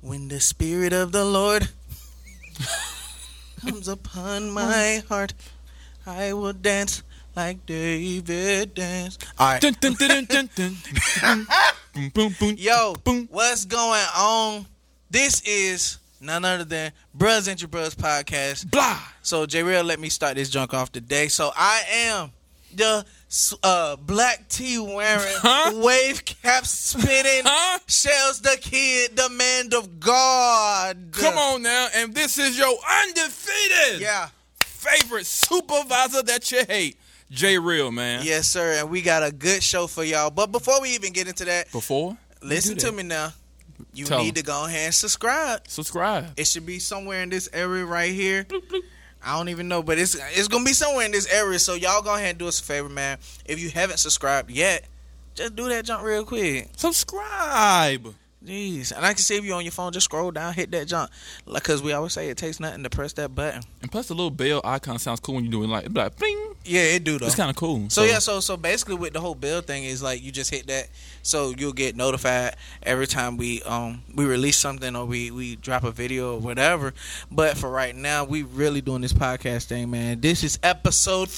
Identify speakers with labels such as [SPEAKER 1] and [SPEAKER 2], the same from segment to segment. [SPEAKER 1] When the spirit of the Lord comes upon my heart, I will dance like David danced. All right.
[SPEAKER 2] Dun, dun, dun, dun, dun, dun. Boom, boom, boom.
[SPEAKER 1] Yo,
[SPEAKER 2] Boom.
[SPEAKER 1] what's going on? This is none other than Bruhs and Your Bruhs podcast.
[SPEAKER 2] Blah.
[SPEAKER 1] So J Real let me start this junk off today. So I am the uh, black tea wearing,
[SPEAKER 2] Huh?
[SPEAKER 1] wave cap spinning,
[SPEAKER 2] Huh?
[SPEAKER 1] shells the kid, the man of God.
[SPEAKER 2] Come on now, and this is your undefeated
[SPEAKER 1] Yeah.
[SPEAKER 2] favorite supervisor that you hate, J Real, man.
[SPEAKER 1] Yes, sir. And we got a good show for y'all. But before we even get into that,
[SPEAKER 2] Before, we
[SPEAKER 1] listen
[SPEAKER 2] do
[SPEAKER 1] to
[SPEAKER 2] that,
[SPEAKER 1] me now. You
[SPEAKER 2] Tell 'em.
[SPEAKER 1] need to go ahead and subscribe.
[SPEAKER 2] Subscribe.
[SPEAKER 1] It should be somewhere in this area right here. I don't even know, but it's it's gonna be somewhere in this area. So y'all go ahead and do us a favor, man. If you haven't subscribed yet, just do that jump real quick.
[SPEAKER 2] Subscribe.
[SPEAKER 1] Jeez, and I can see if you're on your phone, just scroll down, hit that jump, because we always say it takes nothing to press that button.
[SPEAKER 2] And plus, the little bell icon sounds cool when you do it. Like, it be like, bling.
[SPEAKER 1] Yeah, it do though.
[SPEAKER 2] It's kind of cool.
[SPEAKER 1] So yeah, so so basically with the whole bill thing is like you just hit that so you'll get notified every time we um we release something or we we drop a video or whatever. But for right now, we really doing this podcast thing, man. This is episode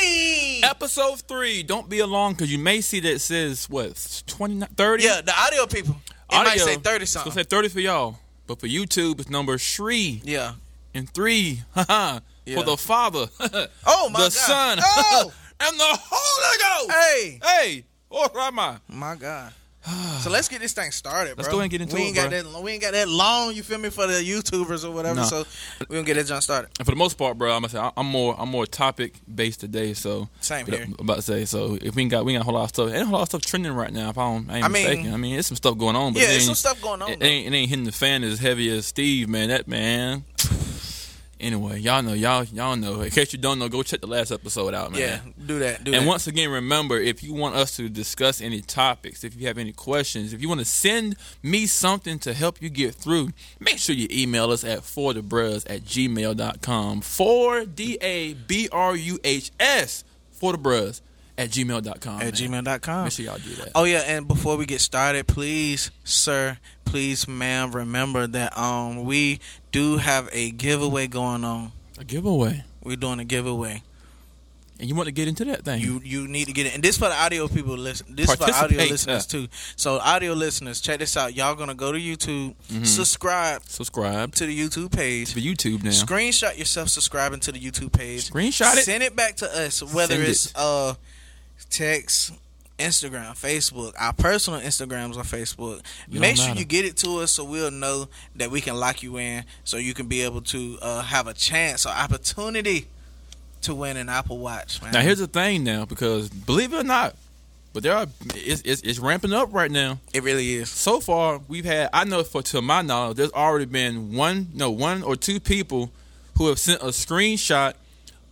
[SPEAKER 1] 3.
[SPEAKER 2] Episode three. Don't be alarmed because you may see that it says what 29, 30?
[SPEAKER 1] yeah, the audio people. It might
[SPEAKER 2] Audio.
[SPEAKER 1] say 30
[SPEAKER 2] It's gonna
[SPEAKER 1] something.
[SPEAKER 2] say thirty for y'all, but for YouTube it's number three
[SPEAKER 1] yeah.
[SPEAKER 2] and three. Haha.
[SPEAKER 1] Yeah.
[SPEAKER 2] For the Father.
[SPEAKER 1] Oh my
[SPEAKER 2] the
[SPEAKER 1] god.
[SPEAKER 2] Son.
[SPEAKER 1] Oh.
[SPEAKER 2] and the Holy Ghost.
[SPEAKER 1] hey.
[SPEAKER 2] Hey, or am I?
[SPEAKER 1] My god. So let's get this thing started, bro.
[SPEAKER 2] Let's go ahead and get into
[SPEAKER 1] we
[SPEAKER 2] it,
[SPEAKER 1] ain't Got
[SPEAKER 2] bro.
[SPEAKER 1] that, we ain't got that long, you feel me, for the YouTubers or whatever.
[SPEAKER 2] Nah.
[SPEAKER 1] So we gonna get that jump started.
[SPEAKER 2] And for the most part, bro, I'm gonna say I- I'm more I'm more topic based today. So
[SPEAKER 1] Same
[SPEAKER 2] but
[SPEAKER 1] here.
[SPEAKER 2] I'm about to say so. If we ain't got we ain't got a whole lot of stuff, ain't a whole lot of stuff trending right now. If I, don't, I ain't
[SPEAKER 1] I mean-
[SPEAKER 2] mistaken, I mean, it's some stuff going on. But
[SPEAKER 1] Yeah,
[SPEAKER 2] it
[SPEAKER 1] there's
[SPEAKER 2] ain't-
[SPEAKER 1] some stuff going on.
[SPEAKER 2] It
[SPEAKER 1] though.
[SPEAKER 2] ain't, it ain't hitting the fan as heavy as Steve, man. That man. Anyway, y'all know, y'all y'all know. In case you don't know, go check the last episode out, man.
[SPEAKER 1] Yeah, do that. Do
[SPEAKER 2] And
[SPEAKER 1] that.
[SPEAKER 2] once again, remember if you want us to discuss any topics, if you have any questions, if you want to send me something to help you get through, make sure you email us at forthebrus at gmail.com. For D A B R U H S, forthebrus at gmail.com.
[SPEAKER 1] at
[SPEAKER 2] Oh, man.
[SPEAKER 1] gmail.com.
[SPEAKER 2] Make sure y'all do that.
[SPEAKER 1] Oh yeah, and before we get started, please, sir, please, ma'am, remember that um we do have a giveaway going on.
[SPEAKER 2] A giveaway.
[SPEAKER 1] We're doing a giveaway.
[SPEAKER 2] And you want to get into that thing.
[SPEAKER 1] You you need to get it, and this for the audio people listen. This for audio
[SPEAKER 2] Participate,
[SPEAKER 1] listeners
[SPEAKER 2] uh.
[SPEAKER 1] too. So audio listeners, check this out. Y'all gonna go to YouTube,
[SPEAKER 2] Mm-hmm.
[SPEAKER 1] subscribe
[SPEAKER 2] Subscribe
[SPEAKER 1] to the YouTube page.
[SPEAKER 2] to YouTube now.
[SPEAKER 1] Screenshot yourself subscribing to the YouTube page.
[SPEAKER 2] Screenshot it.
[SPEAKER 1] Send it back to us, whether
[SPEAKER 2] Send
[SPEAKER 1] it's
[SPEAKER 2] it.
[SPEAKER 1] uh text, Instagram, Facebook, our personal Instagrams or Facebook.
[SPEAKER 2] You
[SPEAKER 1] Make
[SPEAKER 2] don't
[SPEAKER 1] sure
[SPEAKER 2] matter.
[SPEAKER 1] you get it to us so we'll know that we can lock you in so you can be able to uh have a chance or opportunity to win an Apple Watch, man.
[SPEAKER 2] Now here's the thing now, because believe it or not, but there are it's, it's, it's ramping up right now.
[SPEAKER 1] it really is.
[SPEAKER 2] So far, we've had I know for to my knowledge, there's already been one no one or two people who have sent a screenshot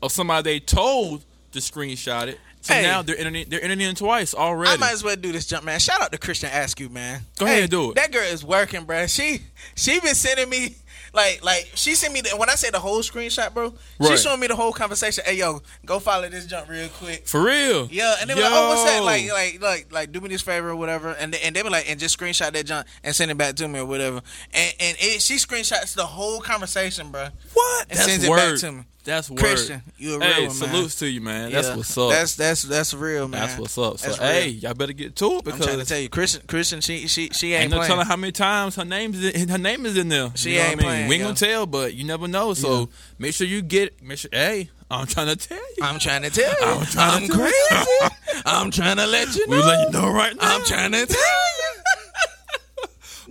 [SPEAKER 2] of somebody they told to screenshot it. So
[SPEAKER 1] Hey.
[SPEAKER 2] now they're entering they're entering in twice already.
[SPEAKER 1] I might as well do this jump, man. Shout out to Christian Askew, man.
[SPEAKER 2] Go ahead and do it.
[SPEAKER 1] That girl is working, bruh. She she been sending me like like she sent me the, when I say the whole screenshot, bro. She
[SPEAKER 2] Right.
[SPEAKER 1] showing me the whole conversation. Hey yo, go follow this jump real quick.
[SPEAKER 2] for real.
[SPEAKER 1] Yeah, and they were like, oh, what's that?
[SPEAKER 2] Yo.
[SPEAKER 1] Like, like, like, like, do me this favor or whatever. And they, and they were like, and just screenshot that junk and send it back to me or whatever. And and it, she screenshots the whole conversation, bruh.
[SPEAKER 2] what?
[SPEAKER 1] and
[SPEAKER 2] That's
[SPEAKER 1] sends it
[SPEAKER 2] word.
[SPEAKER 1] back to me.
[SPEAKER 2] That's word.
[SPEAKER 1] Christian, you a real
[SPEAKER 2] hey,
[SPEAKER 1] one, man.
[SPEAKER 2] salutes to you, man. That's
[SPEAKER 1] Yeah.
[SPEAKER 2] what's up.
[SPEAKER 1] That's that's that's real, man.
[SPEAKER 2] That's what's up. So
[SPEAKER 1] That's real.
[SPEAKER 2] hey, y'all better get to it
[SPEAKER 1] I'm trying to
[SPEAKER 2] because
[SPEAKER 1] tell you, Christian, Christian, she she she ain't
[SPEAKER 2] Ain't no
[SPEAKER 1] playing.
[SPEAKER 2] telling how many times her name's in, her name is in there.
[SPEAKER 1] She
[SPEAKER 2] you know
[SPEAKER 1] ain't
[SPEAKER 2] what I mean?
[SPEAKER 1] playing,
[SPEAKER 2] we ain't
[SPEAKER 1] yo.
[SPEAKER 2] gonna tell, but you never know. So make sure you get. Make sure. Hey, I'm trying to tell you.
[SPEAKER 1] I'm trying to tell you.
[SPEAKER 2] I'm tryna tell you.
[SPEAKER 1] crazy. I'm trying to let you know.
[SPEAKER 2] we let you know right now.
[SPEAKER 1] I'm trying to tell you.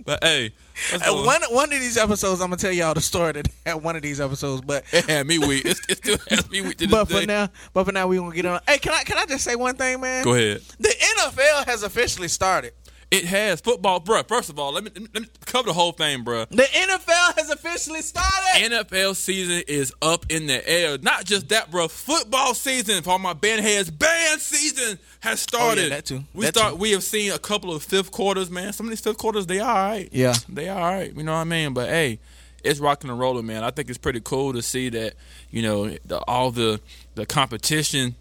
[SPEAKER 2] But hey, that's
[SPEAKER 1] At
[SPEAKER 2] what-
[SPEAKER 1] one one of these episodes, I'm gonna tell y'all the story that at one of these episodes. But
[SPEAKER 2] it had me weak. It, it still has me weak to this
[SPEAKER 1] but
[SPEAKER 2] day.
[SPEAKER 1] for now, but for now, we gonna get on. Hey, can I can I just say one thing, man?
[SPEAKER 2] Go ahead.
[SPEAKER 1] The NFL has officially started.
[SPEAKER 2] It has football, bruh. First of all, let me, let me- let me cover the whole thing, bruh.
[SPEAKER 1] The NFL has officially started.
[SPEAKER 2] NFL season is up in the air. Not just that, bro. Football season for all my band heads. Band season has started.
[SPEAKER 1] Oh, that too.
[SPEAKER 2] We
[SPEAKER 1] That
[SPEAKER 2] start.
[SPEAKER 1] too.
[SPEAKER 2] We have seen a couple of fifth quarters, man. Some of these fifth quarters, they all right.
[SPEAKER 1] Yeah.
[SPEAKER 2] they all right. You know what I mean? But hey, it's rocking and rolling, man. I think it's pretty cool to see that you know the, all the the competition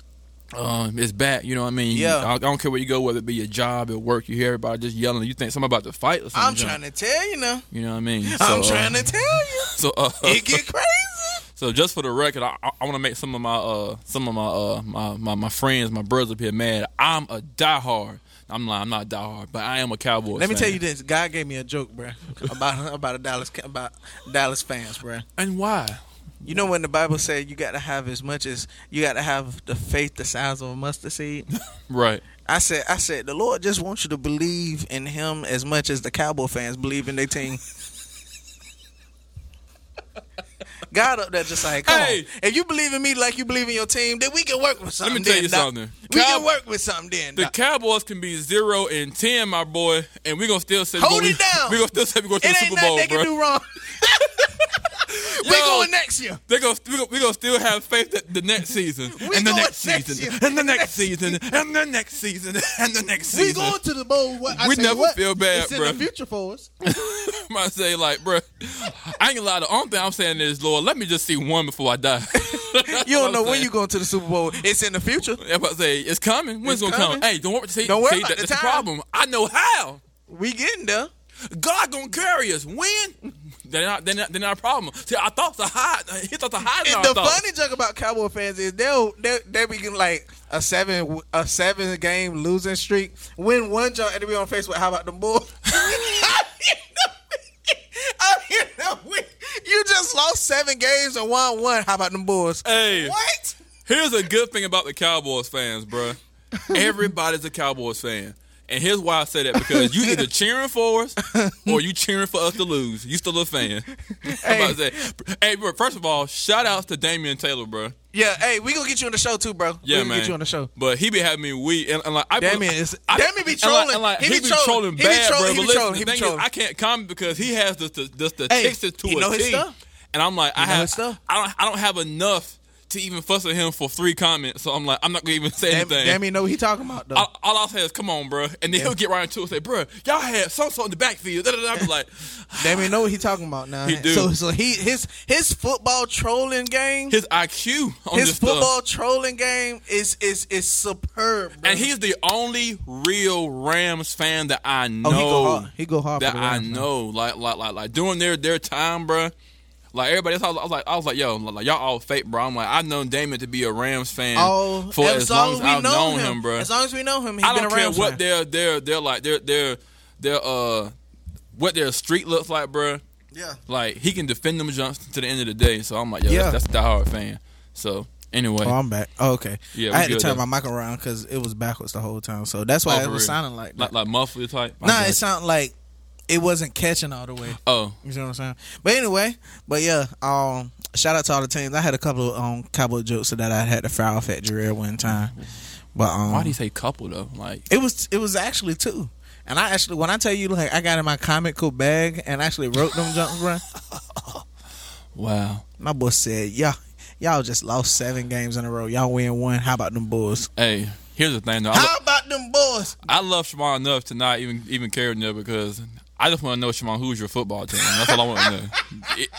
[SPEAKER 2] um, it's bad. You know what I mean?
[SPEAKER 1] Yeah.
[SPEAKER 2] I, I don't care where you go, whether it be your job, at work, you hear everybody just yelling. You think somebody about to fight or something.
[SPEAKER 1] I'm trying to tell you now.
[SPEAKER 2] You know what I mean? uh,
[SPEAKER 1] I'm trying to tell you.
[SPEAKER 2] So, uh,
[SPEAKER 1] It get crazy.
[SPEAKER 2] so just for the record, I, I want to make some of my uh, some of my, uh, my my my friends, my brothers up here mad. I'm a diehard. I'm lying. I'm not a diehard, but I am a Cowboys.
[SPEAKER 1] Let me
[SPEAKER 2] fan.
[SPEAKER 1] tell you this. God gave me a joke, bruh, about about a Dallas about Dallas fans, bruh.
[SPEAKER 2] And why?
[SPEAKER 1] You know when the Bible said you got to have as much as you got to have the faith the size of a mustard seed.
[SPEAKER 2] Right.
[SPEAKER 1] I said, I said, the Lord just wants you to believe in Him as much as the Cowboy fans believe in their team. God up there just like, come
[SPEAKER 2] Hey.
[SPEAKER 1] on. If you believe in me like you believe in your team, then we can work with something.
[SPEAKER 2] me tell
[SPEAKER 1] then,
[SPEAKER 2] you
[SPEAKER 1] Doc.
[SPEAKER 2] something.
[SPEAKER 1] We
[SPEAKER 2] Cow-
[SPEAKER 1] can work with something then.
[SPEAKER 2] The
[SPEAKER 1] Doc.
[SPEAKER 2] Cowboys can be zero and ten, my boy, and we're gonna still say we
[SPEAKER 1] Hold
[SPEAKER 2] gonna-
[SPEAKER 1] it down.
[SPEAKER 2] We gonna still say we going to the
[SPEAKER 1] it ain't
[SPEAKER 2] Super
[SPEAKER 1] nothing
[SPEAKER 2] Bowl,
[SPEAKER 1] they
[SPEAKER 2] bro.
[SPEAKER 1] can do wrong. we
[SPEAKER 2] Yo.
[SPEAKER 1] going next year.
[SPEAKER 2] They're gonna, we're, gonna, we gonna still have faith that the next season, and the
[SPEAKER 1] going
[SPEAKER 2] next,
[SPEAKER 1] next
[SPEAKER 2] season,
[SPEAKER 1] year.
[SPEAKER 2] and the next season, and the next season, and the next
[SPEAKER 3] We
[SPEAKER 2] season.
[SPEAKER 3] going to the bowl. What, I
[SPEAKER 2] We
[SPEAKER 3] say
[SPEAKER 2] never
[SPEAKER 3] what?
[SPEAKER 2] feel bad,
[SPEAKER 3] It's
[SPEAKER 2] bruh.
[SPEAKER 3] in the future for us.
[SPEAKER 2] I say like, bro, I ain't gonna lie. The only thing I'm saying is, Lord, let me just see one before I die.
[SPEAKER 1] You don't know when you going to the Super Bowl. It's in the future.
[SPEAKER 2] If I say it's coming, when's
[SPEAKER 1] It's
[SPEAKER 2] gonna come?
[SPEAKER 1] coming.
[SPEAKER 2] Hey, don't worry. See,
[SPEAKER 1] Don't worry
[SPEAKER 2] see,
[SPEAKER 1] about
[SPEAKER 2] that-
[SPEAKER 1] the
[SPEAKER 2] that's the
[SPEAKER 1] time.
[SPEAKER 2] problem. I know how.
[SPEAKER 1] We getting there.
[SPEAKER 2] God gonna carry us. When? They're not. They're not. They're not a problem. See, I thought the high. He thought the high.
[SPEAKER 1] And the funny joke about Cowboy fans is they'll they they be getting like a seven a seven game losing streak, win one jump, and they be on Facebook. How about the Bulls? I mean, no, we- you just lost seven games and won one. How about them Bulls?
[SPEAKER 2] Hey.
[SPEAKER 1] What?
[SPEAKER 2] Here's a good thing about the Cowboys fans, bruh. Everybody's a Cowboys fan. And here's why I say that because you either cheering for us or you cheering for us to lose. You still a fan. Hey, I'm about to say, hey bro, first of all, shout outs to Damian Taylor, bruh.
[SPEAKER 1] Yeah, hey, we gonna get you on the show too, bro.
[SPEAKER 2] Yeah,
[SPEAKER 1] we gonna
[SPEAKER 2] man.
[SPEAKER 1] get you on the show.
[SPEAKER 2] But he be having me weak. And, and like, I,
[SPEAKER 1] Damien is-
[SPEAKER 2] I-
[SPEAKER 1] Damien be
[SPEAKER 2] and like-
[SPEAKER 1] trolling.
[SPEAKER 2] and like, he, be trolling,
[SPEAKER 1] He be
[SPEAKER 2] bad,
[SPEAKER 1] trolling,
[SPEAKER 2] bro.
[SPEAKER 1] he
[SPEAKER 2] But
[SPEAKER 1] be
[SPEAKER 2] listen,
[SPEAKER 1] trolling,
[SPEAKER 2] the
[SPEAKER 1] he be
[SPEAKER 2] thing is,
[SPEAKER 1] trolling.
[SPEAKER 2] I can't comment because he has the the, the statistics to
[SPEAKER 1] he
[SPEAKER 2] a
[SPEAKER 1] know his
[SPEAKER 2] T.
[SPEAKER 1] stuff?
[SPEAKER 2] And I'm like, I
[SPEAKER 1] know his
[SPEAKER 2] have,
[SPEAKER 1] stuff?
[SPEAKER 2] I don't, I don't have enough to even fuss at him for three comments. So I'm like, I'm not gonna even say
[SPEAKER 1] Damn,
[SPEAKER 2] anything.
[SPEAKER 1] damn, you know what he talking about though.
[SPEAKER 2] all, all I'll say is, "Come on, bro," and then he'll get right into it and say, "Bro, y'all had so so in the backfield." Da, da, da. I'm like,
[SPEAKER 1] Damn, you know what he talking about now.
[SPEAKER 2] He do.
[SPEAKER 1] So, so he his his football trolling game.
[SPEAKER 2] his IQ on
[SPEAKER 1] his
[SPEAKER 2] this stuff,
[SPEAKER 1] football trolling game is is is superb. Bro.
[SPEAKER 2] and he's the only real Rams fan that I
[SPEAKER 1] oh,
[SPEAKER 2] know.
[SPEAKER 1] he go hard. He go hard.
[SPEAKER 2] that
[SPEAKER 1] for the
[SPEAKER 2] I
[SPEAKER 1] Rams, man.
[SPEAKER 2] know, like like like like during their their time, bruh. Like everybody, else, I was, I was like, I was like, yo, like y'all all fake, bro. I'm like, I've known Damon to be a Rams fan
[SPEAKER 1] Oh,
[SPEAKER 2] for
[SPEAKER 1] as,
[SPEAKER 2] as long as
[SPEAKER 1] we
[SPEAKER 2] I've
[SPEAKER 1] know
[SPEAKER 2] known
[SPEAKER 1] him,
[SPEAKER 2] him, bruh.
[SPEAKER 1] As long as we know him, he's
[SPEAKER 2] I
[SPEAKER 1] been
[SPEAKER 2] don't care
[SPEAKER 1] around.
[SPEAKER 2] what their their their like their their their uh what their street looks like, bruh.
[SPEAKER 1] yeah.
[SPEAKER 2] Like he can defend them jumps to the end of the day. So I'm like, yo,
[SPEAKER 1] Yeah.
[SPEAKER 2] that's, that's a diehard fan. So anyway,
[SPEAKER 1] Oh, I'm back. Oh, okay.
[SPEAKER 2] Yeah, we
[SPEAKER 1] I had to
[SPEAKER 2] good,
[SPEAKER 1] turn
[SPEAKER 2] though.
[SPEAKER 1] my mic around because it was backwards the whole time. So that's
[SPEAKER 2] Oh,
[SPEAKER 1] why
[SPEAKER 2] for
[SPEAKER 1] it was
[SPEAKER 2] real.
[SPEAKER 1] sounding like
[SPEAKER 2] like
[SPEAKER 1] that.
[SPEAKER 2] like muffler type.
[SPEAKER 1] nah, it sounded like it wasn't catching all the way.
[SPEAKER 2] oh
[SPEAKER 1] You see what I'm saying? But anyway, but yeah, um, shout out to all the teams. I had a couple of um, cowboy jokes that I had to foul off at Jarrell one time. But um,
[SPEAKER 2] why do you say couple though? Like
[SPEAKER 1] It was it was actually two. And I actually when I tell you like I got in my comical bag and actually wrote them jump run,
[SPEAKER 2] wow.
[SPEAKER 1] my boy said, Yeah, y'all just lost seven games in a row. Y'all win one. How about them boys?
[SPEAKER 2] Hey, here's the thing though. I lo-
[SPEAKER 1] How about them boys?
[SPEAKER 2] I love Shimon enough to not even even care enough because I just want to know Shimon who's your football team. That's all I want to know. It-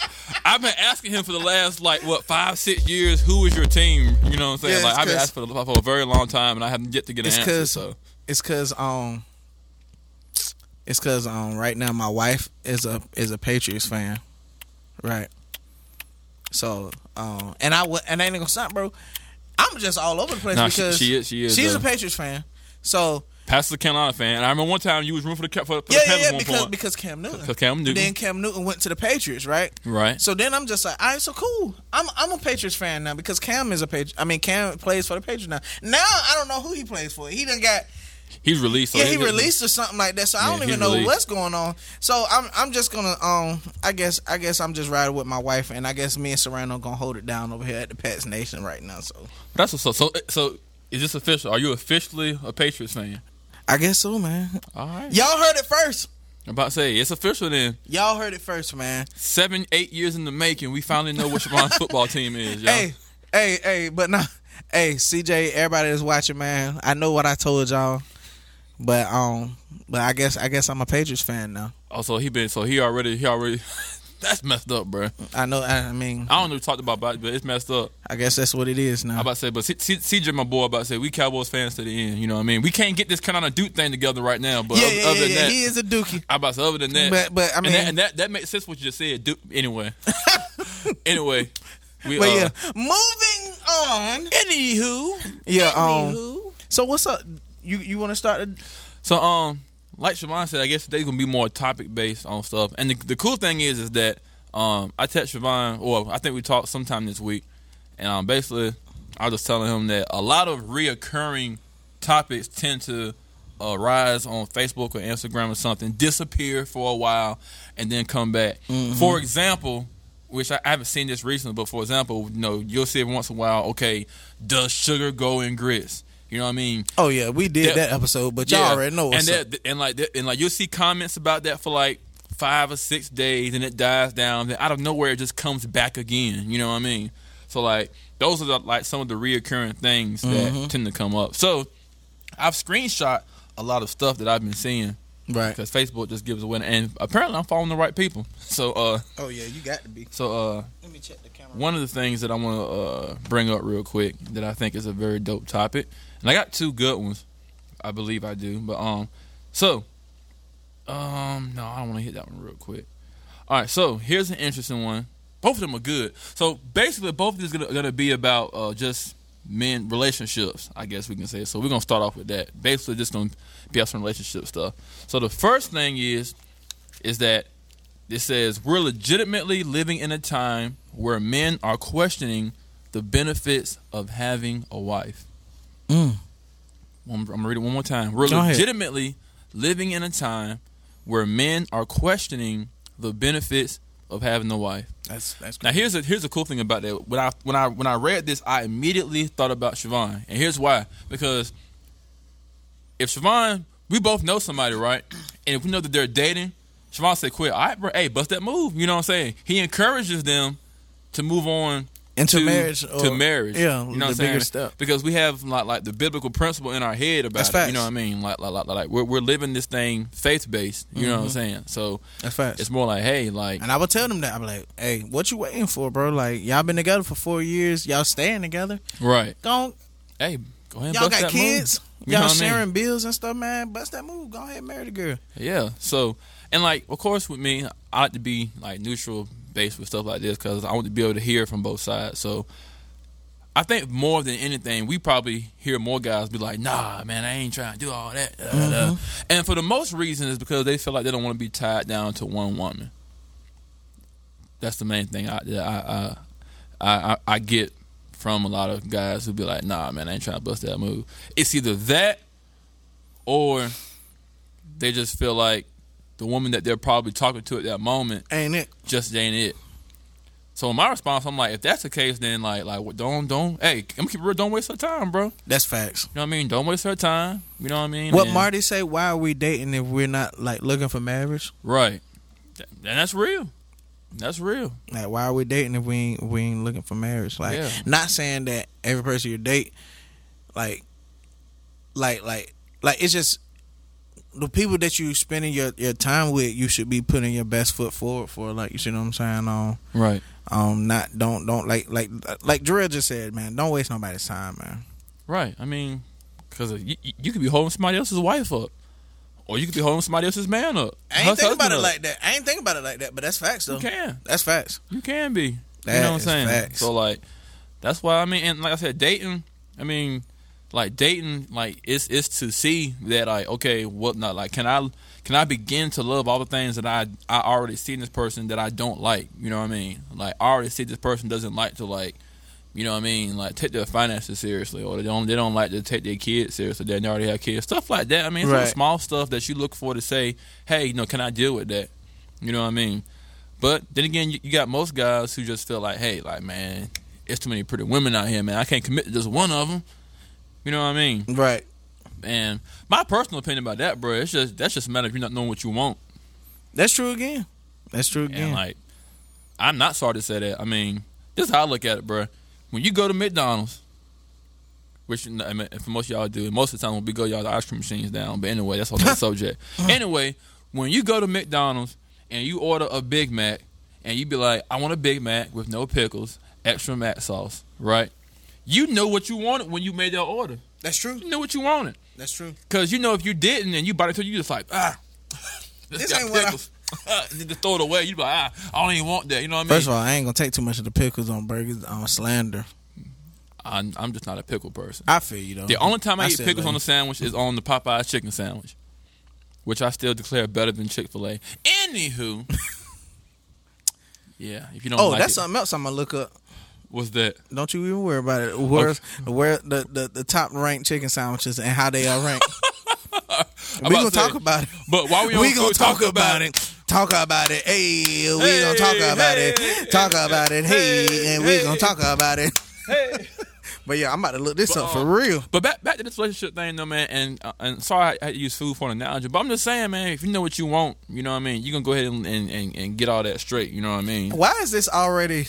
[SPEAKER 2] I've been asking him for the last like what five six years who is your team? You know what I'm saying?
[SPEAKER 1] Yeah, it's
[SPEAKER 2] like I've been
[SPEAKER 1] 'cause-
[SPEAKER 2] asking for, the- for a very long time and I haven't yet to get an
[SPEAKER 1] It's
[SPEAKER 2] answer.
[SPEAKER 1] 'cause-
[SPEAKER 2] So
[SPEAKER 1] It's cause um it's cause um right now my wife is a is a Patriots fan. Right. So um and I would and I ain't gonna stop, bro. I'm just all over the place
[SPEAKER 2] Nah, she-
[SPEAKER 1] because
[SPEAKER 2] she is- she is,
[SPEAKER 1] she's
[SPEAKER 2] uh,
[SPEAKER 1] a Patriots fan. So
[SPEAKER 2] Pastor the Carolina fan. And I remember one time you was rooting for the Ca- for, for
[SPEAKER 1] yeah,
[SPEAKER 2] the
[SPEAKER 1] yeah,
[SPEAKER 2] Panthers
[SPEAKER 1] yeah,
[SPEAKER 2] one
[SPEAKER 1] because
[SPEAKER 2] point.
[SPEAKER 1] because Cam Newton.
[SPEAKER 2] Because Cam Newton.
[SPEAKER 1] Then Cam Newton went to the Patriots, right?
[SPEAKER 2] Right.
[SPEAKER 1] So then I'm just like, all right, so cool. I'm I'm a Patriots fan now because Cam is a Patriot. I mean, Cam plays for the Patriots now. Now I don't know who he plays for. He done got
[SPEAKER 2] He's released. So
[SPEAKER 1] yeah,
[SPEAKER 2] he's
[SPEAKER 1] he
[SPEAKER 2] gonna-
[SPEAKER 1] released or something like that. So I
[SPEAKER 2] Yeah,
[SPEAKER 1] don't
[SPEAKER 2] he
[SPEAKER 1] even know
[SPEAKER 2] released.
[SPEAKER 1] what's going on. So I'm I'm just gonna um I guess I guess I'm just riding with my wife and I guess me and Serrano gonna hold it down over here at the Pats Nation right now. So
[SPEAKER 2] That's what's up. So so is this official? Are you officially a Patriots fan?
[SPEAKER 1] I guess so, man.
[SPEAKER 2] All right.
[SPEAKER 1] Y'all heard it first.
[SPEAKER 2] I'm about to say it's official then.
[SPEAKER 1] Y'all heard it first, man.
[SPEAKER 2] Seven, eight years in the making, we finally know what Shimon's football team is, y'all.
[SPEAKER 1] Hey, hey, hey, but nah. Hey, CJ, everybody that's watching, man. I know what I told y'all. But um but I guess I guess I'm a Patriots fan now.
[SPEAKER 2] Oh, so he been so he already he already That's messed up, bro.
[SPEAKER 1] I know. I I mean,
[SPEAKER 2] I don't know. Who talked about, but it's messed up.
[SPEAKER 1] I guess that's what it is
[SPEAKER 2] I
[SPEAKER 1] now.
[SPEAKER 2] about to say, but C- C- CJ, my boy, I about to say we Cowboys fans to the end. You know what I mean? We can't get this kind of Duke thing together right now. But
[SPEAKER 1] yeah,
[SPEAKER 2] other,
[SPEAKER 1] yeah,
[SPEAKER 2] other
[SPEAKER 1] yeah,
[SPEAKER 2] than
[SPEAKER 1] yeah.
[SPEAKER 2] that, uh,
[SPEAKER 1] He is a dookie.
[SPEAKER 2] I about to say other than that.
[SPEAKER 1] But- but, I
[SPEAKER 2] and
[SPEAKER 1] mean-
[SPEAKER 2] that, and that, that makes sense what you just said. Duke, anyway, anyway, we
[SPEAKER 1] But
[SPEAKER 2] uh,
[SPEAKER 1] yeah, moving on.
[SPEAKER 2] Anywho,
[SPEAKER 1] Yeah. Um. So what's up? You you want to start? A,
[SPEAKER 2] So um, like Siobhan said, I guess today's gonna be more topic based on stuff. And the, the cool thing is, is that um, I text Siobhan, or I think we talked sometime this week, and um, basically, I was telling him that a lot of reoccurring topics tend to uh, rise on Facebook or Instagram or something, disappear for a while, and then come back.
[SPEAKER 1] Mm-hmm.
[SPEAKER 2] For example. Which I I haven't seen this recently, but for example, you know, you'll see every once in a while, okay, does sugar go in grits? You know what I mean?
[SPEAKER 1] oh yeah, we did
[SPEAKER 2] Yeah.
[SPEAKER 1] that episode, but y'all already know what's
[SPEAKER 2] and
[SPEAKER 1] up.
[SPEAKER 2] that, and like that, and like you'll see comments about that for like five or six days, and it dies down. Then out of nowhere, it just comes back again. You know what I mean? So like those are the, like some of the reoccurring things that
[SPEAKER 1] Mm-hmm.
[SPEAKER 2] tend to come up. So I've screenshot a lot of stuff that I've been seeing
[SPEAKER 1] Right.
[SPEAKER 2] because Facebook just gives away, and apparently I'm following the right people. So uh,
[SPEAKER 1] Oh yeah, you got to be.
[SPEAKER 2] so uh,
[SPEAKER 1] Let me check the camera.
[SPEAKER 2] one of the things that I want to uh, bring up real quick that I think is a very dope topic, and I got two good ones, I believe I do. But um, so um, no, I don't want to hit that one real quick. All right, so here's an interesting one. Both of them are good. So basically, both of these are going to be about uh, just men relationships, I guess we can say. So we're going to start off with that. Basically, just going to be out some relationship stuff. So the first thing is, is that it says we're legitimately living in a time where men are questioning the benefits of having a wife.
[SPEAKER 1] Mm.
[SPEAKER 2] I'm, I'm gonna read it one more time. We're
[SPEAKER 1] Go ahead.
[SPEAKER 2] legitimately living in a time where men are questioning the benefits of having a wife.
[SPEAKER 1] That's that's
[SPEAKER 2] Now here's a here's a cool thing about that. When I when I when I read this, I immediately thought about Siobhan. And here's why. Because if Siobhan, we both know somebody, right? And if we know that they're dating, Siobhan said, quit. All right, bro, hey, bust that move. You know what I'm saying? He encourages them to move on
[SPEAKER 1] into
[SPEAKER 2] to
[SPEAKER 1] marriage.
[SPEAKER 2] to
[SPEAKER 1] or-
[SPEAKER 2] marriage.
[SPEAKER 1] Yeah.
[SPEAKER 2] you know what I'm
[SPEAKER 1] the bigger
[SPEAKER 2] saying?
[SPEAKER 1] step.
[SPEAKER 2] Because we have like like the biblical principle in our head about
[SPEAKER 1] That's
[SPEAKER 2] it.
[SPEAKER 1] facts.
[SPEAKER 2] You know what I mean? Like like like, like we're we're living this thing faith based. You know what I'm saying? So
[SPEAKER 1] Mm-hmm. That's fast.
[SPEAKER 2] it's more like, hey, like
[SPEAKER 1] And I would tell them that I'm like, hey, what you waiting for, bro? Like y'all been together for four years. Y'all staying together.
[SPEAKER 2] right,
[SPEAKER 1] Don't
[SPEAKER 2] hey, go ahead. And
[SPEAKER 1] y'all
[SPEAKER 2] bust
[SPEAKER 1] got
[SPEAKER 2] that
[SPEAKER 1] kids?
[SPEAKER 2] You know
[SPEAKER 1] Y'all
[SPEAKER 2] what I mean?
[SPEAKER 1] sharing bills and stuff, man. Bust that move. Go ahead, and marry the girl.
[SPEAKER 2] Move. Yeah. So and like of course with me, I like to be like neutral based with stuff like this because I want to be able to hear from both sides. So. I think more than anything, we probably hear more guys be like, "Nah, man, I ain't trying to do all that." da, da, da." And for the most reason is because they feel like they don't want to be tied down to one woman. That's the main thing I that I I, I, I I get from a lot of guys who be like, "Nah, man, I ain't trying to bust that move." It's either that, or they just feel like the woman that they're probably talking to at that moment
[SPEAKER 1] Ain't it?
[SPEAKER 2] just ain't it. So my response, I'm like, if that's the case, then like, like, well, don't, don't, hey, I'm gonna keep it real. Don't waste her time, bro. You
[SPEAKER 1] That's facts.
[SPEAKER 2] know what I mean? Don't waste her time. You know what I mean?
[SPEAKER 1] What
[SPEAKER 2] And-
[SPEAKER 1] Marty say? Why are we dating if we're not like looking for marriage?
[SPEAKER 2] Right. Th- And that's real. That's real.
[SPEAKER 1] Like, why are we dating if we ain't we ain't looking for marriage? Like,
[SPEAKER 2] Yeah.
[SPEAKER 1] not saying that every person you date, like, like, like, like, it's just the people that you spending your your time with. You should be putting your best foot forward for. Like, you see what I'm saying? Um,
[SPEAKER 2] Right.
[SPEAKER 1] um, not don't don't like like like Drill just said, man. Don't waste nobody's time, man.
[SPEAKER 2] Right. I mean, because you, you- you could be holding somebody else's wife up, or you could be holding somebody else's man up.
[SPEAKER 1] I ain't
[SPEAKER 2] hus-
[SPEAKER 1] think about
[SPEAKER 2] husband
[SPEAKER 1] it
[SPEAKER 2] up.
[SPEAKER 1] like that. I ain't think about it like that. But that's facts, though.
[SPEAKER 2] you can.
[SPEAKER 1] That's facts.
[SPEAKER 2] You can be. you
[SPEAKER 1] That
[SPEAKER 2] know what I'm
[SPEAKER 1] is
[SPEAKER 2] saying?
[SPEAKER 1] facts.
[SPEAKER 2] So like that's why I mean and like I said, dating I mean like dating like it's it's to see that like okay, what not like can I can I begin to love all the things that I I already see in this person that I don't like, you know what I mean? Like I already see this person doesn't like to like you know what I mean? Like take their finances seriously, or they don't they don't like to take their kids seriously. They already have kids, stuff like that. I mean, it's
[SPEAKER 1] Right.
[SPEAKER 2] little small stuff that you look for to say, hey, you know, can I deal with that? You know what I mean? But then again, you, you got most guys who just feel like, hey, like man, it's too many pretty women out here, man. I can't commit to just one of them. You know what I mean?
[SPEAKER 1] Right.
[SPEAKER 2] And my personal opinion about that, bro, it's just that's just a matter of you not knowing what you want.
[SPEAKER 1] That's true again. That's true
[SPEAKER 2] And
[SPEAKER 1] again.
[SPEAKER 2] like, I'm not sorry to say that. I mean, this is how I look at it, bro. When you go to McDonald's, which you know, I mean, for most of y'all do, most of the time when we go, y'all the ice cream machine's down. But anyway, that's on the subject. Anyway, when you go to McDonald's and you order a Big Mac and you be like, I want a Big Mac with no pickles, extra mac sauce, right? You know what you wanted when you made that order.
[SPEAKER 1] That's true.
[SPEAKER 2] You know what you wanted.
[SPEAKER 1] That's true.
[SPEAKER 2] Cause you know if you didn't and you bought it to you just like, ah this,
[SPEAKER 1] This
[SPEAKER 2] got
[SPEAKER 1] ain't what I-
[SPEAKER 2] pickles. and then just throw it away. You be like, ah, I don't even want that. You know what I mean?
[SPEAKER 1] First of all, I ain't gonna take too much of the pickles on burgers on slander.
[SPEAKER 2] I'm, I'm just not a pickle person.
[SPEAKER 1] I feel you though.
[SPEAKER 2] The only time I,
[SPEAKER 1] I
[SPEAKER 2] eat
[SPEAKER 1] said
[SPEAKER 2] pickles on
[SPEAKER 1] later.
[SPEAKER 2] a sandwich is on the Popeyes chicken sandwich, which I still declare better than Chick Fil A. Anywho, yeah, if you don't
[SPEAKER 1] oh,
[SPEAKER 2] like
[SPEAKER 1] that's
[SPEAKER 2] it,
[SPEAKER 1] something else I'm gonna look up.
[SPEAKER 2] what's that?
[SPEAKER 1] Don't you even worry about it. Where's where the, the, the top ranked chicken sandwiches and how they are ranked. we
[SPEAKER 2] about
[SPEAKER 1] gonna
[SPEAKER 2] to say,
[SPEAKER 1] talk about it.
[SPEAKER 2] But why we on
[SPEAKER 1] we gonna
[SPEAKER 2] food,
[SPEAKER 1] talk about it. Talk about it. Hey, we gonna talk
[SPEAKER 2] Hey,
[SPEAKER 1] about
[SPEAKER 2] hey,
[SPEAKER 1] it. Talk about it. Hey,
[SPEAKER 2] hey,
[SPEAKER 1] and
[SPEAKER 2] hey.
[SPEAKER 1] we gonna talk about it.
[SPEAKER 2] Hey.
[SPEAKER 1] But yeah, I'm about to look this up for
[SPEAKER 2] uh,
[SPEAKER 1] real.
[SPEAKER 2] But back back to this relationship thing though, man. And uh, and sorry I had to use food for an analogy, but I'm just saying, man, if you know what you want, you know what I mean. You are gonna go ahead and and, and, and get all that straight. You know what I mean?
[SPEAKER 1] Why is this already?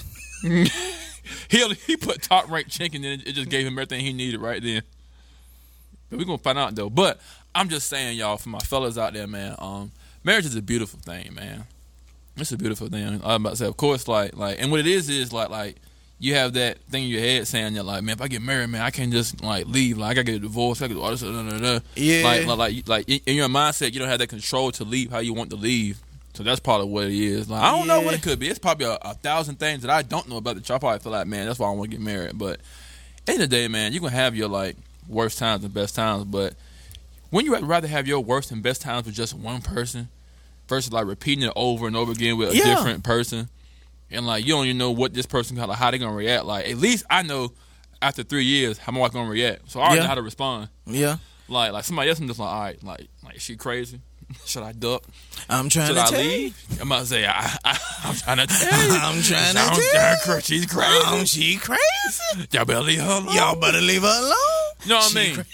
[SPEAKER 2] He he put top ranked chicken and it just gave him everything he needed right then. But we're gonna find out though. But I'm just saying, y'all, for my fellas out there, man, um, marriage is a beautiful thing, man. It's a beautiful thing. I'm about to say, of course, like like and what it is is like like you have that thing in your head saying that like, man, if I get married, man, I can't just like leave. Like I gotta get a divorce, I gotta do all this, da, da, da, da.
[SPEAKER 1] Yeah.
[SPEAKER 2] Like like like, like in in your mindset you don't have that control to leave how you want to leave. So that's probably what it is. Like I don't know
[SPEAKER 1] Yeah.
[SPEAKER 2] what it could be. It's probably a, a thousand things that I don't know about that y'all probably feel like, man, that's why I want to get married. But end of the day, man, you can have your like worst times and best times, but wouldn't you rather have your worst and best times with just one person versus like repeating it over and over again with a
[SPEAKER 1] Yeah.
[SPEAKER 2] different person? And like you don't even know what this person how, how they gonna react. Like at least I know after three years how my wife gonna react, so I already
[SPEAKER 1] Yeah.
[SPEAKER 2] know how to respond.
[SPEAKER 1] Yeah,
[SPEAKER 2] Like like somebody else, I'm just like, all right, like like is she crazy? Should I duck?
[SPEAKER 1] I'm trying
[SPEAKER 2] Should
[SPEAKER 1] to
[SPEAKER 2] I
[SPEAKER 1] tell you.
[SPEAKER 2] leave? I'm about to say I, I, I'm trying to tell you.
[SPEAKER 1] I'm trying to
[SPEAKER 2] I'm
[SPEAKER 1] tell
[SPEAKER 2] trying to- She's crazy.
[SPEAKER 1] Um, she crazy.
[SPEAKER 2] Y'all better leave her alone.
[SPEAKER 1] Y'all better leave her alone.
[SPEAKER 2] You know what
[SPEAKER 1] She
[SPEAKER 2] I mean?
[SPEAKER 1] cra-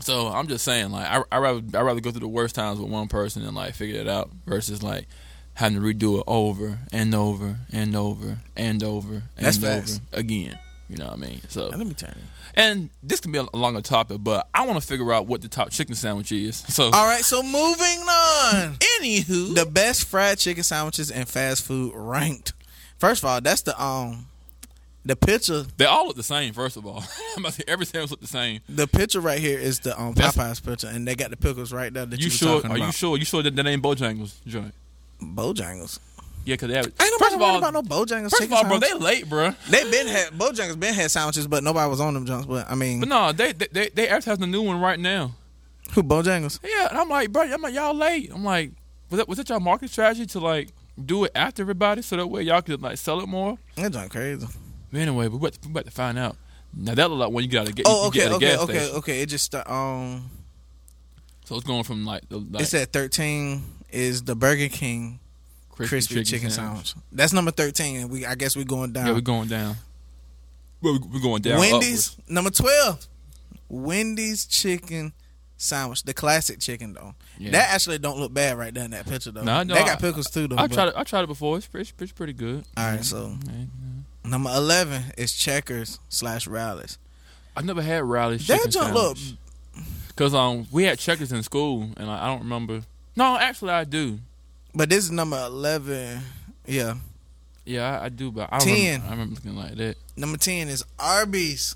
[SPEAKER 2] So I'm just saying, like, I I rather I rather go through the worst times with one person and like figure it out versus like having to redo it over and over and over and over and
[SPEAKER 1] That's
[SPEAKER 2] over
[SPEAKER 1] facts.
[SPEAKER 2] again. You know what I mean? So
[SPEAKER 1] Now, Let me turn. it.
[SPEAKER 2] and this can be a longer topic, but I want to figure out what the top chicken sandwich is. So
[SPEAKER 1] All right, so moving on.
[SPEAKER 2] anywho,
[SPEAKER 1] the best fried chicken sandwiches and fast food ranked. First of all, that's the um the picture
[SPEAKER 2] they all look the same. First of all, I'm about to say every sandwich look the same.
[SPEAKER 1] the picture right here is the um
[SPEAKER 2] That's-
[SPEAKER 1] Popeyes picture and they got the pickles right there that you,
[SPEAKER 2] You
[SPEAKER 1] were
[SPEAKER 2] sure?
[SPEAKER 1] talking
[SPEAKER 2] Are you
[SPEAKER 1] about.
[SPEAKER 2] sure? You sure that that ain't Bojangles joint?
[SPEAKER 1] Bojangles.
[SPEAKER 2] Yeah, because they have.
[SPEAKER 1] Ain't nobody
[SPEAKER 2] first of
[SPEAKER 1] worried
[SPEAKER 2] all,
[SPEAKER 1] about no Bojangles
[SPEAKER 2] first of
[SPEAKER 1] chicken
[SPEAKER 2] all, bro,
[SPEAKER 1] sandwich.
[SPEAKER 2] they late, bro.
[SPEAKER 1] They been had Bojangles been had sandwiches, but nobody was on them jumps. But I mean,
[SPEAKER 2] But no, they they they, they advertising the new one right now.
[SPEAKER 1] who Bojangles?
[SPEAKER 2] Yeah, and I'm like, bro, I'm like, y'all late. I'm like, was that was that y'all market strategy to like do it after everybody so that way y'all could like sell it more?
[SPEAKER 1] That junk crazy.
[SPEAKER 2] But anyway, we about to, we about to find out. Now that look like when you get out of the, ga-
[SPEAKER 1] Oh,
[SPEAKER 2] you get
[SPEAKER 1] okay,
[SPEAKER 2] out of the
[SPEAKER 1] okay,
[SPEAKER 2] gas
[SPEAKER 1] okay,
[SPEAKER 2] station.
[SPEAKER 1] okay. It just sta- um,
[SPEAKER 2] So it's going from like the like
[SPEAKER 1] it's at thirteen is the Burger King crispy, chicken, sandwich. That's number thirteen, and we I guess we're going down.
[SPEAKER 2] Yeah, we're going down. We're, we're going down.
[SPEAKER 1] Wendy's number twelve. Wendy's chicken sandwich, the classic chicken though.
[SPEAKER 2] Yeah.
[SPEAKER 1] That actually don't look bad right there in that picture though.
[SPEAKER 2] No, no,
[SPEAKER 1] they got
[SPEAKER 2] I-
[SPEAKER 1] pickles too though.
[SPEAKER 2] upwards. I
[SPEAKER 1] but-
[SPEAKER 2] tried it. I tried it before. It's pretty, it's pretty good.
[SPEAKER 1] All right, so number eleven is Checkers slash Rallies.
[SPEAKER 2] I never had Riley's
[SPEAKER 1] That
[SPEAKER 2] chicken
[SPEAKER 1] junk look
[SPEAKER 2] sandwich because um we had checkers in school and I I don't remember. No, actually I do.
[SPEAKER 1] But this is number eleven. Yeah.
[SPEAKER 2] Yeah, I, I do. But I
[SPEAKER 1] Ten.
[SPEAKER 2] remember, I remember looking like that.
[SPEAKER 1] Number ten is Arby's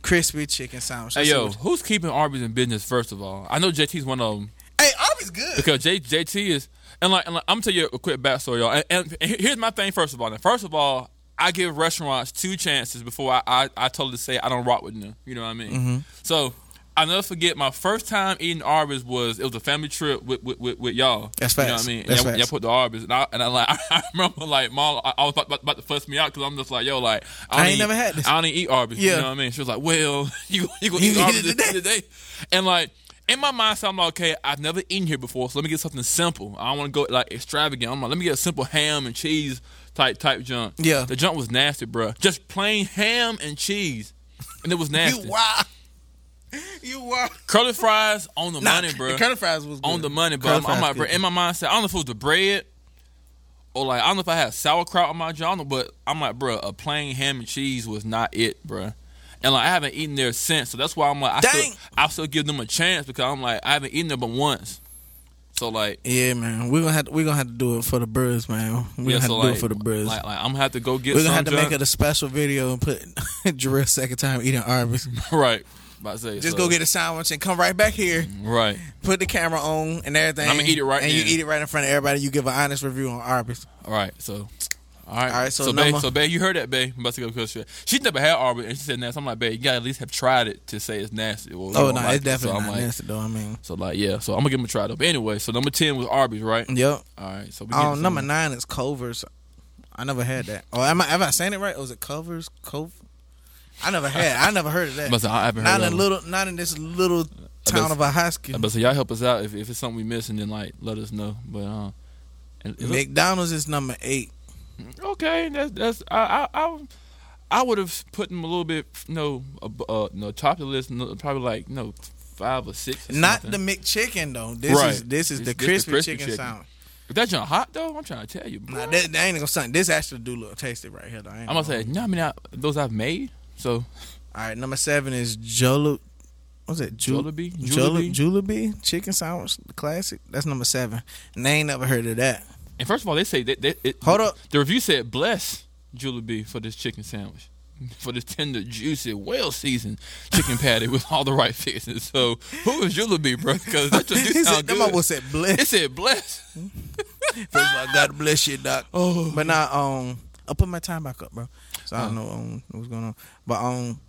[SPEAKER 1] crispy chicken sandwich.
[SPEAKER 2] Hey
[SPEAKER 1] That's
[SPEAKER 2] yo,
[SPEAKER 1] what-
[SPEAKER 2] who's keeping Arby's in business? First of all, I know JT's one of them
[SPEAKER 1] Hey, Arby's good.
[SPEAKER 2] because J, JT is and like, and like I'm gonna tell you a quick backstory, y'all. And, and he- here's my thing. First of all, now, first of all, I give restaurants two chances before I I, I totally say I don't rock with them. You know what I mean?
[SPEAKER 1] Mm-hmm.
[SPEAKER 2] So. I never forget my first time eating Arby's was it was a family trip with with, with, with y'all.
[SPEAKER 1] That's
[SPEAKER 2] You know what
[SPEAKER 1] facts.
[SPEAKER 2] I mean?
[SPEAKER 1] That's
[SPEAKER 2] y'all,
[SPEAKER 1] facts.
[SPEAKER 2] y'all put the Arby's and I and I like I remember like mom I, I was about, about, about to fuss me out because I'm just like yo like
[SPEAKER 1] I
[SPEAKER 2] don't
[SPEAKER 1] ain't
[SPEAKER 2] eat-
[SPEAKER 1] never had this.
[SPEAKER 2] I don't even eat Arby's.
[SPEAKER 1] Yeah.
[SPEAKER 2] You know what I mean? She was like, well, you you gonna
[SPEAKER 1] You eat
[SPEAKER 2] eat
[SPEAKER 1] it
[SPEAKER 2] Arby's
[SPEAKER 1] today.
[SPEAKER 2] today. today. And like in my mind, so I'm like, okay, I've never eaten here before, so let me get something simple. I don't want to go like extravagant. I'm like, let me get a simple ham and cheese type type junk.
[SPEAKER 1] Yeah.
[SPEAKER 2] the junk was nasty, bro. Just plain ham and cheese, and it was
[SPEAKER 1] You
[SPEAKER 2] nasty.
[SPEAKER 1] wild. You wild.
[SPEAKER 2] Curly fries on the money,
[SPEAKER 1] Nah,
[SPEAKER 2] bro.
[SPEAKER 1] The curly fries was good.
[SPEAKER 2] on the money, bro.
[SPEAKER 1] Curly
[SPEAKER 2] I'm, I'm
[SPEAKER 1] fries
[SPEAKER 2] like, bro,
[SPEAKER 1] good.
[SPEAKER 2] in my mindset, I don't know if it was the bread or like I don't know if I had sauerkraut on my genre, but I'm like, bro, a plain ham and cheese was not it, bro. And like I haven't eaten there since, so that's why I'm like, I still,
[SPEAKER 1] Dang.
[SPEAKER 2] I still give them a chance because I'm like, I haven't eaten there but once. So like
[SPEAKER 1] Yeah, man. We're gonna have to, we're gonna have to do it for the birds, man. We're
[SPEAKER 2] yeah,
[SPEAKER 1] gonna have
[SPEAKER 2] so
[SPEAKER 1] to do
[SPEAKER 2] like,
[SPEAKER 1] it for the birds.
[SPEAKER 2] like like I'm gonna have to go get
[SPEAKER 1] we're
[SPEAKER 2] some.
[SPEAKER 1] gonna have to
[SPEAKER 2] junk.
[SPEAKER 1] make it a special video and put Jarrell second time eating Arby's.
[SPEAKER 2] Right. About to say,
[SPEAKER 1] Just
[SPEAKER 2] so-
[SPEAKER 1] go get a sandwich and come right back here.
[SPEAKER 2] Right.
[SPEAKER 1] Put the camera on and everything.
[SPEAKER 2] Mm-hmm. I'ma eat it right
[SPEAKER 1] And
[SPEAKER 2] then.
[SPEAKER 1] you eat it right in front of everybody. You give an honest review on Arby's.
[SPEAKER 2] All right. So. All right.
[SPEAKER 1] All right, so
[SPEAKER 2] babe,
[SPEAKER 1] number-
[SPEAKER 2] so babe, you heard that, babe. I'm about to go because she, she never had Arby's and she said nasty. I'm like, babe, you gotta at least have tried it to say it's nasty. Or you
[SPEAKER 1] Oh
[SPEAKER 2] don't
[SPEAKER 1] no,
[SPEAKER 2] like
[SPEAKER 1] it's
[SPEAKER 2] it. So
[SPEAKER 1] definitely
[SPEAKER 2] I'm
[SPEAKER 1] not
[SPEAKER 2] like,
[SPEAKER 1] nasty though. I mean,
[SPEAKER 2] So like, yeah. So I'm gonna give him a try though. But anyway, so number ten was Arby's, right?
[SPEAKER 1] yep.
[SPEAKER 2] All right. So we
[SPEAKER 1] Oh,
[SPEAKER 2] getting
[SPEAKER 1] number
[SPEAKER 2] some-
[SPEAKER 1] nine is Culver's. I never had that. Oh, am I am I saying it right? Or was it Culver's? Cove? I never had. I never heard of that.
[SPEAKER 2] I'm about to say, I haven't heard
[SPEAKER 1] not
[SPEAKER 2] of
[SPEAKER 1] in
[SPEAKER 2] them.
[SPEAKER 1] little, not in this little town of
[SPEAKER 2] I'm
[SPEAKER 1] Ahoskie.
[SPEAKER 2] about to say, y'all help us out if, if it's something we missing, then like let us know. But uh, it- it look-
[SPEAKER 1] McDonald's is number eight.
[SPEAKER 2] okay, that's that's I I. I I would have put them a little bit, no, uh, no, top of the list, no, probably like no, five or six. Or
[SPEAKER 1] Not
[SPEAKER 2] something.
[SPEAKER 1] the McChicken though. This
[SPEAKER 2] Right.
[SPEAKER 1] is this is
[SPEAKER 2] This-
[SPEAKER 1] the
[SPEAKER 2] this the
[SPEAKER 1] crispy,
[SPEAKER 2] crispy
[SPEAKER 1] chicken,
[SPEAKER 2] chicken.
[SPEAKER 1] sound.
[SPEAKER 2] If that junk hot though, I'm trying to tell you.
[SPEAKER 1] Nah,
[SPEAKER 2] bruh.
[SPEAKER 1] that, that ain't gonna sound. This actually do look tasty right here. Though. I ain't
[SPEAKER 2] I'm gonna
[SPEAKER 1] gonna
[SPEAKER 2] say, no, I mean I, those I've made. So
[SPEAKER 1] lie. All right, number seven is Jolo. What's it? Ju-
[SPEAKER 2] Jollibee?
[SPEAKER 1] Jolo- Jollibee chicken sandwich, the classic. That's number seven. And they ain't never heard of that.
[SPEAKER 2] and first of all, they say that they, it,
[SPEAKER 1] Hold up.
[SPEAKER 2] The review said, "Bless Jollibee for this chicken sandwich, for this tender, juicy, well seasoned chicken patty with all the right fixings." So who is Jollibee, bro? Because that just
[SPEAKER 1] He
[SPEAKER 2] do
[SPEAKER 1] said-
[SPEAKER 2] sound
[SPEAKER 1] that
[SPEAKER 2] good.
[SPEAKER 1] mother said bless.
[SPEAKER 2] It said bless.
[SPEAKER 1] First of all, God bless you, Doc.
[SPEAKER 2] Oh.
[SPEAKER 1] But now, um, I put my time back up, bro. So I don't know um, what's going on. But um,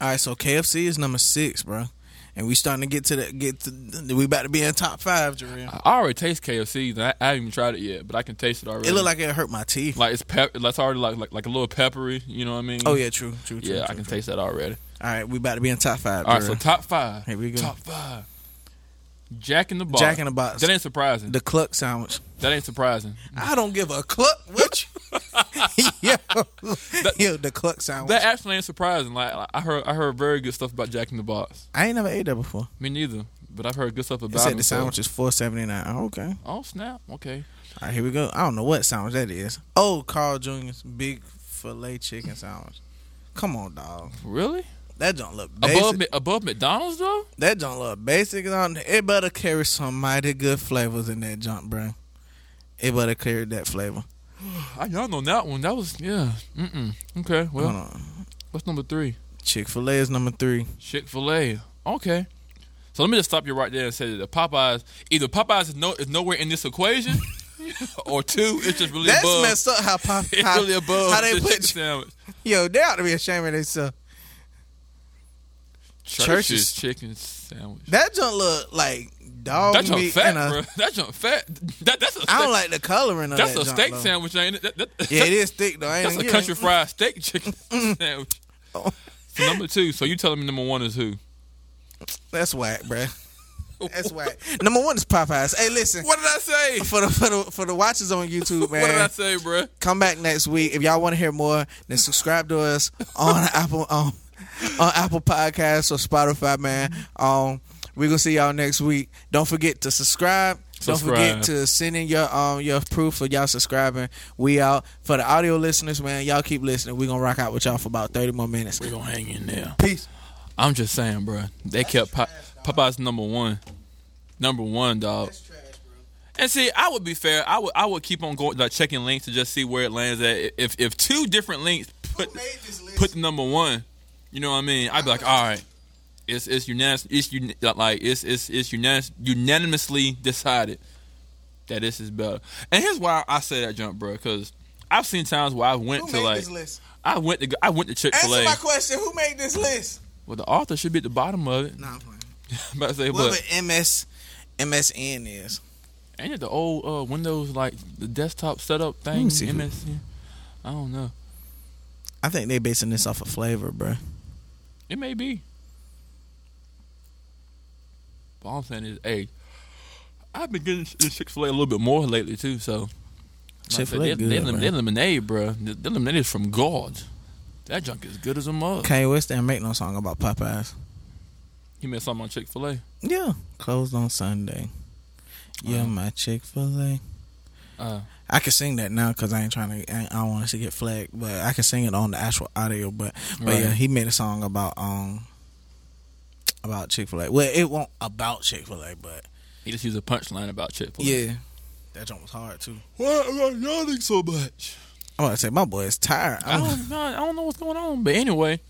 [SPEAKER 1] all right. So KFC is number six, bro, and we starting to get to the get to we about to be in top five, Jarrell.
[SPEAKER 2] I already taste KFC. and I, I haven't even tried it yet, but I can taste it already.
[SPEAKER 1] It looked like it hurt my teeth.
[SPEAKER 2] like it's pep. That's already like, like like a little peppery. You know what I mean?
[SPEAKER 1] oh yeah, true, true, true.
[SPEAKER 2] Yeah, I
[SPEAKER 1] true,
[SPEAKER 2] can
[SPEAKER 1] true.
[SPEAKER 2] taste that already.
[SPEAKER 1] All right, we about to be in top five.
[SPEAKER 2] All right,
[SPEAKER 1] Jarrell.
[SPEAKER 2] so top five.
[SPEAKER 1] Here we go.
[SPEAKER 2] Top five. Jack in the box.
[SPEAKER 1] Jack in the Box.
[SPEAKER 2] That ain't surprising.
[SPEAKER 1] the cluck sandwich.
[SPEAKER 2] that ain't surprising.
[SPEAKER 1] I don't give a cluck. What? You? yo, yo, the cluck sandwich.
[SPEAKER 2] That actually ain't surprising. Like like, I heard, I heard very good stuff about Jack in the Box.
[SPEAKER 1] I ain't never ate that before.
[SPEAKER 2] Me neither, but I've heard good stuff
[SPEAKER 1] It
[SPEAKER 2] about
[SPEAKER 1] said
[SPEAKER 2] him,
[SPEAKER 1] the
[SPEAKER 2] so-
[SPEAKER 1] sandwich is four seventy nine. Oh, okay.
[SPEAKER 2] Oh snap! Okay,
[SPEAKER 1] All right, here we go. I don't know what sandwich that is. Oh, Carl Jr.'s big filet chicken sandwich. Come on, dog.
[SPEAKER 2] really?
[SPEAKER 1] That don't look basic.
[SPEAKER 2] Above Mc- above McDonald's though?
[SPEAKER 1] that don't look basic. at all. It better carry some mighty good flavors in that junk, bro. It better carry that flavor.
[SPEAKER 2] I y'all know that one. That was yeah. Mm-mm. Okay.
[SPEAKER 1] Hold
[SPEAKER 2] Well,
[SPEAKER 1] on.
[SPEAKER 2] what's number three?
[SPEAKER 1] Chick fil A is number three.
[SPEAKER 2] Chick Fil A. Okay. So let me just stop you right there and say that the Popeyes either Popeyes is no is nowhere in this equation, or two it's just really
[SPEAKER 1] That's
[SPEAKER 2] above.
[SPEAKER 1] messed up how pop
[SPEAKER 2] It's
[SPEAKER 1] how,
[SPEAKER 2] really above
[SPEAKER 1] how they
[SPEAKER 2] the
[SPEAKER 1] put
[SPEAKER 2] chicken sandwich.
[SPEAKER 1] yo, they ought to be ashamed of themselves.
[SPEAKER 2] Church's,
[SPEAKER 1] Church's-
[SPEAKER 2] chicken sandwich.
[SPEAKER 1] That junk look like dog
[SPEAKER 2] That junk
[SPEAKER 1] meat
[SPEAKER 2] fat,
[SPEAKER 1] and a,
[SPEAKER 2] bro. That junk fat. That, that's a steak.
[SPEAKER 1] I don't like the coloring of
[SPEAKER 2] that's
[SPEAKER 1] that
[SPEAKER 2] a
[SPEAKER 1] junk,
[SPEAKER 2] steak
[SPEAKER 1] though.
[SPEAKER 2] sandwich, ain't it? That- that-
[SPEAKER 1] Yeah, it is thick though. I ain't
[SPEAKER 2] That's a
[SPEAKER 1] yeah.
[SPEAKER 2] country fried steak chicken sandwich.
[SPEAKER 1] Oh.
[SPEAKER 2] So number two. So you telling me number one is who?
[SPEAKER 1] That's whack, bruh. That's whack. Number one is Popeyes. Hey, listen
[SPEAKER 2] What did I say?
[SPEAKER 1] for the for the for the watchers on YouTube, man.
[SPEAKER 2] What did I say, bro?
[SPEAKER 1] Come back next week if y'all want to hear more. Then subscribe to us on Apple um, on Apple Podcasts or Spotify, man. Um, we gonna see y'all next week. Don't forget to subscribe. Don't
[SPEAKER 2] Subscribe.
[SPEAKER 1] forget to send in your um your proof of y'all subscribing. We out for the audio listeners, man. Y'all keep listening. We gonna rock out with y'all for about thirty more minutes.
[SPEAKER 2] We gonna hang in there.
[SPEAKER 1] Peace.
[SPEAKER 2] I'm just saying, bro. They kept Pop- Popeye's number one. Number one, dog.
[SPEAKER 1] trash, bro.
[SPEAKER 2] And see, I would be fair. I would I would keep on going, like checking links to just see where it lands at. If if two different links put
[SPEAKER 1] made this list?
[SPEAKER 2] put the number one, you know what I mean. I'd be like, all right, it's it's unanimous. It's uni- like it's it's it's unanimous, unanimously decided that this is better. And here's why I say that jump, bro, because I've seen times where I went to like
[SPEAKER 1] list?
[SPEAKER 2] I went to I went to Chick Fil A.
[SPEAKER 1] question. Who made this list?
[SPEAKER 2] Well, the author should be at the bottom of it.
[SPEAKER 1] Nah, I'm playing.
[SPEAKER 2] I'm about to say,
[SPEAKER 1] Whatever
[SPEAKER 2] but
[SPEAKER 1] MS MSN is.
[SPEAKER 2] ain't it the old uh, Windows like the desktop setup thing?
[SPEAKER 1] me see who-
[SPEAKER 2] MSN. I don't know.
[SPEAKER 1] I think they basing this off of flavor, bro.
[SPEAKER 2] It may be. But all I'm saying is, hey, I've been getting Chick Fil A a little bit more lately too. So
[SPEAKER 1] Chick-fil-A
[SPEAKER 2] Like I said,
[SPEAKER 1] good,
[SPEAKER 2] they, they,
[SPEAKER 1] man.
[SPEAKER 2] they lemonade, bro. The, the lemonade is from God. That junk is good as a mug.
[SPEAKER 1] Kanye West didn't make no song about Popeyes.
[SPEAKER 2] He made something on Chick Fil A.
[SPEAKER 1] Yeah, closed on Sunday. Yeah,
[SPEAKER 2] Uh-huh.
[SPEAKER 1] my Chick Fil A.
[SPEAKER 2] Uh, I
[SPEAKER 1] I can sing that now because I ain't trying to. I, I don't want us to get flagged, but I can sing it on the actual audio. But but
[SPEAKER 2] Right.
[SPEAKER 1] yeah, he made a song about um about Chick Fil A. Well, it won't about Chick Fil A, but
[SPEAKER 2] He just used a punchline about Chick Fil A.
[SPEAKER 1] Yeah, that joint was hard too.
[SPEAKER 2] Why are you yelling so much?
[SPEAKER 1] I'm about to say my boy is tired.
[SPEAKER 2] I
[SPEAKER 1] I don't-
[SPEAKER 2] don't know. Oh, I don't know what's going on. But anyway,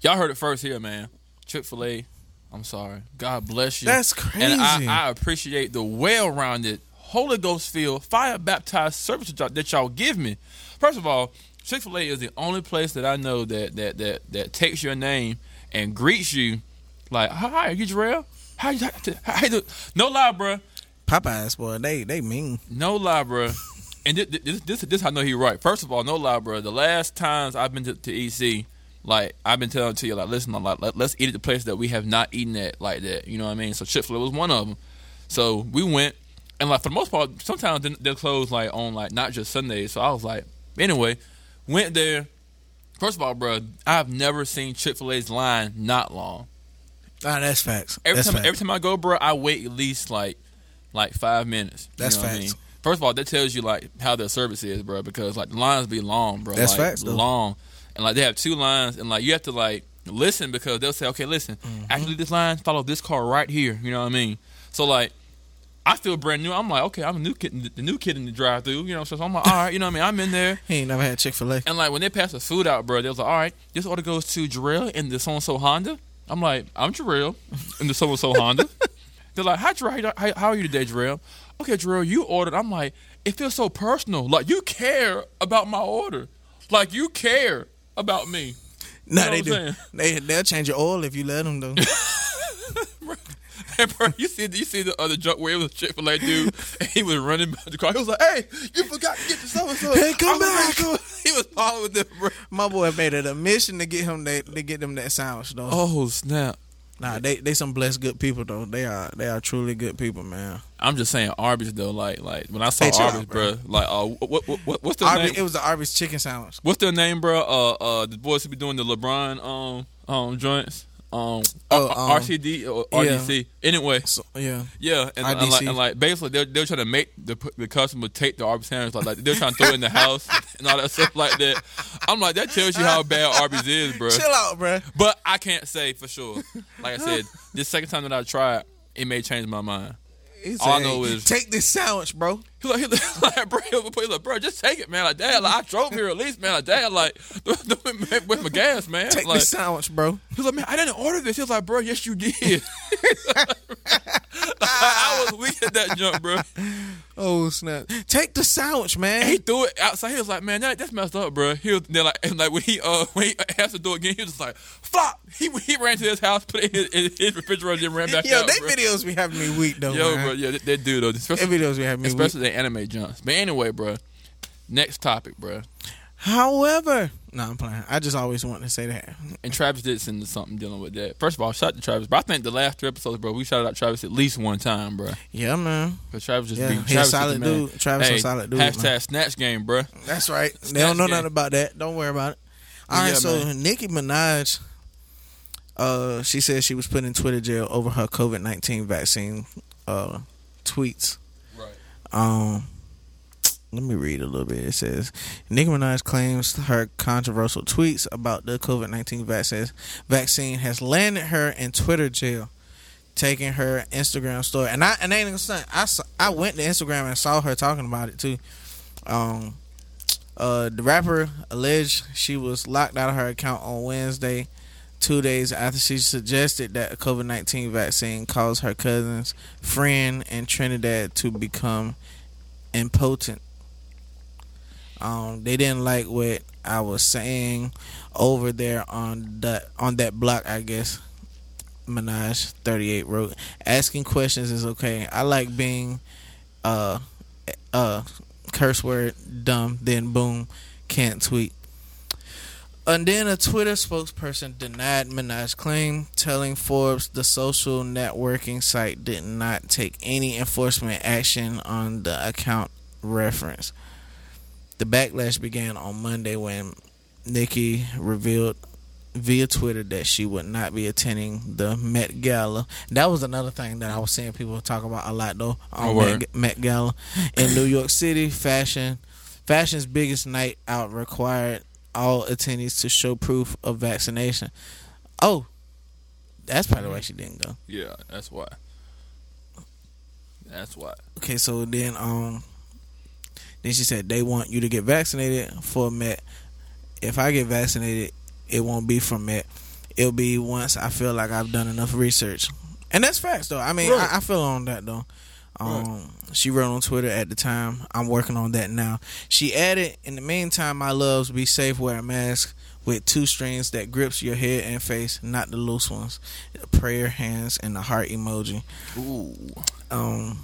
[SPEAKER 2] y'all heard it first here, man. Chick Fil A. I'm sorry. God bless you.
[SPEAKER 1] That's crazy.
[SPEAKER 2] And I, I appreciate the well-rounded, Holy Ghost-filled, fire-baptized service that y'all, that y'all give me. First of all, Chick Fil A is the only place that I know that that that that takes your name and greets you like, "Hi, are you Jarrell? How you? How, how you do-" No lie, bruh.
[SPEAKER 1] Popeyes boy, they they mean.
[SPEAKER 2] No lie, bruh. And this, this this this I know he right. First of all, no lie, bruh. The last times I've been to, to EC, like I've been telling to you, like listen, like let, us eat at the place that we have not eaten at, like that. You know what I mean? So Chick Fil A was one of them. So we went, and like for the most part, sometimes they- they're closed like on like not just Sundays. So I was like, anyway, went there. First of all, bruh, I've never seen Chick Fil A's line not long.
[SPEAKER 1] Ah, that's facts.
[SPEAKER 2] Every
[SPEAKER 1] that's
[SPEAKER 2] time,
[SPEAKER 1] facts.
[SPEAKER 2] every time I go, bro, I wait at least like, like five minutes. You
[SPEAKER 1] That's
[SPEAKER 2] know what I
[SPEAKER 1] facts.
[SPEAKER 2] mean? First of all, that tells you like how their service is, bro, because like the lines be long, bro.
[SPEAKER 1] That's
[SPEAKER 2] like,
[SPEAKER 1] facts, though.
[SPEAKER 2] Long, and like they have two lines, and like you have to like listen because they'll say, okay, listen,
[SPEAKER 1] Mm-hmm.
[SPEAKER 2] actually this line follow this car right here. You know what I mean? So like. I feel brand new. I'm like, okay, I'm a new kid, in the- the new kid in the drive-through, you know. So, so I'm like, all right, you know what I mean. I'm in there,
[SPEAKER 1] he ain't never had Chick Fil A.
[SPEAKER 2] and like when they passed the food out, bro, they was like, "All right, this order goes to Jarrell and the so and so Honda." I'm like, "I'm Jarrell and the so and so Honda." They're like, "Hi, Jarrell. How, how are you today, Jarrell?" Okay, Jarrell, you ordered. I'm like, it feels so personal. Like you care about my order. Like you care about me.
[SPEAKER 1] No,
[SPEAKER 2] know
[SPEAKER 1] they
[SPEAKER 2] what
[SPEAKER 1] do.
[SPEAKER 2] I'm saying?
[SPEAKER 1] They they'll change your oil if you let them though.
[SPEAKER 2] And bro, you see, you see the other junk where it was Chick Fil A dude, and he was running by the car. He was like, "Hey, you forgot to get the so and so."
[SPEAKER 1] Hey, come back.
[SPEAKER 2] He was following them, bro.
[SPEAKER 1] my boy made it a mission to get him that to get them that sandwich though.
[SPEAKER 2] Oh snap!
[SPEAKER 1] Nah, they they some blessed good people though. They are they are truly good people, man.
[SPEAKER 2] I'm just saying Arby's though. Like like when I saw
[SPEAKER 1] Hey, chill
[SPEAKER 2] Arby's,
[SPEAKER 1] out,
[SPEAKER 2] bro.
[SPEAKER 1] bro.
[SPEAKER 2] Like uh, what, what what what's their
[SPEAKER 1] Arby's,
[SPEAKER 2] name?
[SPEAKER 1] it was the Arby's chicken sandwich.
[SPEAKER 2] what's their name, bro? Uh uh, the boys who be doing the LeBron um um joints. Um,
[SPEAKER 1] Oh,
[SPEAKER 2] R-
[SPEAKER 1] um,
[SPEAKER 2] RCD or RDC. Anyway,
[SPEAKER 1] So, yeah,
[SPEAKER 2] yeah, and, and like,
[SPEAKER 1] RDC.
[SPEAKER 2] and like basically they're, they're trying to make the the customer take the Arby's sandwich, like, like they're trying to throw it in the house and all that stuff like that. I'm like that tells you how bad Arby's is, bro.
[SPEAKER 1] chill out, bro.
[SPEAKER 2] But I can't say for sure. Like I said, this second time that I tried, it may change my mind.
[SPEAKER 1] He
[SPEAKER 2] All I
[SPEAKER 1] said,
[SPEAKER 2] know is-
[SPEAKER 1] take this sandwich, bro.
[SPEAKER 2] He like, he like, like, bro, he like, bro, just take it, man. Like, dad, like, I drove here at least, man. Like, dad, like, with my gas, man.
[SPEAKER 1] Take
[SPEAKER 2] like,
[SPEAKER 1] this sandwich, bro.
[SPEAKER 2] he was like, man, I didn't order this. He was like, bro, yes, you did. I was weak at that jump, bro.
[SPEAKER 1] Oh snap! Take the sandwich, man.
[SPEAKER 2] And he threw it outside. He was like, man, that, that's messed up, bro. He was then like, and like when he uh when he asked the door again, he was just like, flop. He he ran to his house, put it in his, in his refrigerator, and ran back
[SPEAKER 1] Yo,
[SPEAKER 2] out.
[SPEAKER 1] they
[SPEAKER 2] bro.
[SPEAKER 1] videos be having me weak though,
[SPEAKER 2] Yo,
[SPEAKER 1] man.
[SPEAKER 2] bro, yeah, that, that dude though,
[SPEAKER 1] They
[SPEAKER 2] especially,
[SPEAKER 1] videos be having me weak.
[SPEAKER 2] especially the anime jumps. But anyway, bro, next topic, bro.
[SPEAKER 1] However, no, I'm playing. I just always want to say that.
[SPEAKER 2] And Travis did send us something dealing with that. First of all, shout out to Travis. But I think the last three episodes, bro, we shouted out Travis at least one time, bro.
[SPEAKER 1] Yeah, man.
[SPEAKER 2] Because Travis just
[SPEAKER 1] Yeah,
[SPEAKER 2] be
[SPEAKER 1] he a
[SPEAKER 2] Travis is the
[SPEAKER 1] solid
[SPEAKER 2] man.
[SPEAKER 1] dude. Travis
[SPEAKER 2] hey,
[SPEAKER 1] a solid dude,
[SPEAKER 2] Hashtag
[SPEAKER 1] man.
[SPEAKER 2] snatch game, bro.
[SPEAKER 1] That's right. they don't know
[SPEAKER 2] Snatch game.
[SPEAKER 1] nothing about that. Don't worry about it. All right,
[SPEAKER 2] Yeah,
[SPEAKER 1] so Nicki Minaj, uh, she said she was put in Twitter jail over her COVID nineteen vaccine uh, tweets.
[SPEAKER 2] Right.
[SPEAKER 1] Um, let me read a little bit. It says Nicki Minaj claims her controversial tweets about the COVID nineteen vaccine vaccine has landed her in Twitter jail, taking her Instagram story. And I and I ain't gonna stunt. I saw, I went to Instagram and saw her talking about it too. Um, uh, the rapper alleged she was locked out of her account on Wednesday, two days after she suggested that a COVID 19 vaccine caused her cousin's friend in Trinidad to become impotent. Um, they didn't like what I was saying over there on that on that block, I guess. Minaj thirty eight wrote, asking questions is okay. I like being uh uh curse word dumb then boom can't tweet and then a twitter spokesperson denied minaj's claim telling forbes the social networking site did not take any enforcement action on the account reference the backlash began on monday when nikki revealed via twitter that she would not be attending the met gala that was another thing that i was seeing people talk about a lot though on
[SPEAKER 2] Oh, word.
[SPEAKER 1] met, Met Gala in New York City. Fashion, fashion's biggest night out required all attendees to show proof of vaccination. Oh, that's probably why she didn't go.
[SPEAKER 2] Yeah, that's why. That's why.
[SPEAKER 1] Okay, so then um then she said they want you to get vaccinated for Met. If I get vaccinated, it won't be from Met. It'll be once I feel like I've done enough research. And that's facts though. I mean
[SPEAKER 2] Right.
[SPEAKER 1] I, I feel on that though. Um she wrote on Twitter at the time. I'm working on that now. She added, in the meantime, my loves, be safe, wear a mask with two strings that grips your head and face, not the loose ones. Prayer hands and the heart emoji.
[SPEAKER 2] Ooh.
[SPEAKER 1] Um.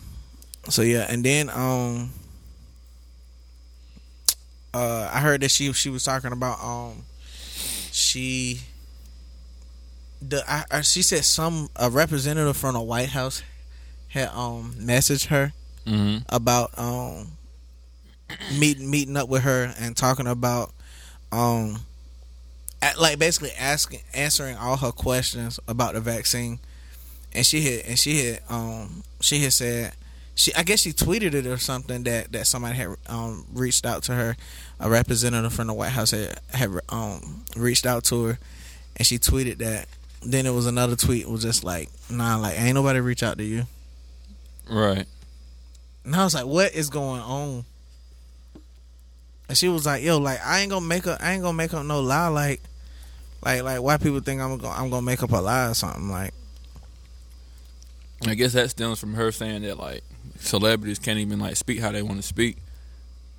[SPEAKER 1] So yeah, and then um. Uh, I heard that she she was talking about um, she. The I, I she said some a representative from the White House had um messaged her
[SPEAKER 2] Mm-hmm.
[SPEAKER 1] about um meeting meeting up with her and talking about um at, like basically asking answering all her questions about the vaccine and she had and she had um she had said she I guess she tweeted it or something that that somebody had um reached out to her a representative from the White House had had um reached out to her and she tweeted that then it was another tweet was just like nah like ain't nobody reach out to you
[SPEAKER 2] Right.
[SPEAKER 1] and I was like, "What is going on?" And she was like, "Yo, like I ain't gonna make up. I ain't gonna make up no lie. Like, like, like why people think I'm gonna I'm gonna make up a lie or something? Like,
[SPEAKER 2] I guess that stems from her saying that like celebrities can't even like speak how they want to speak,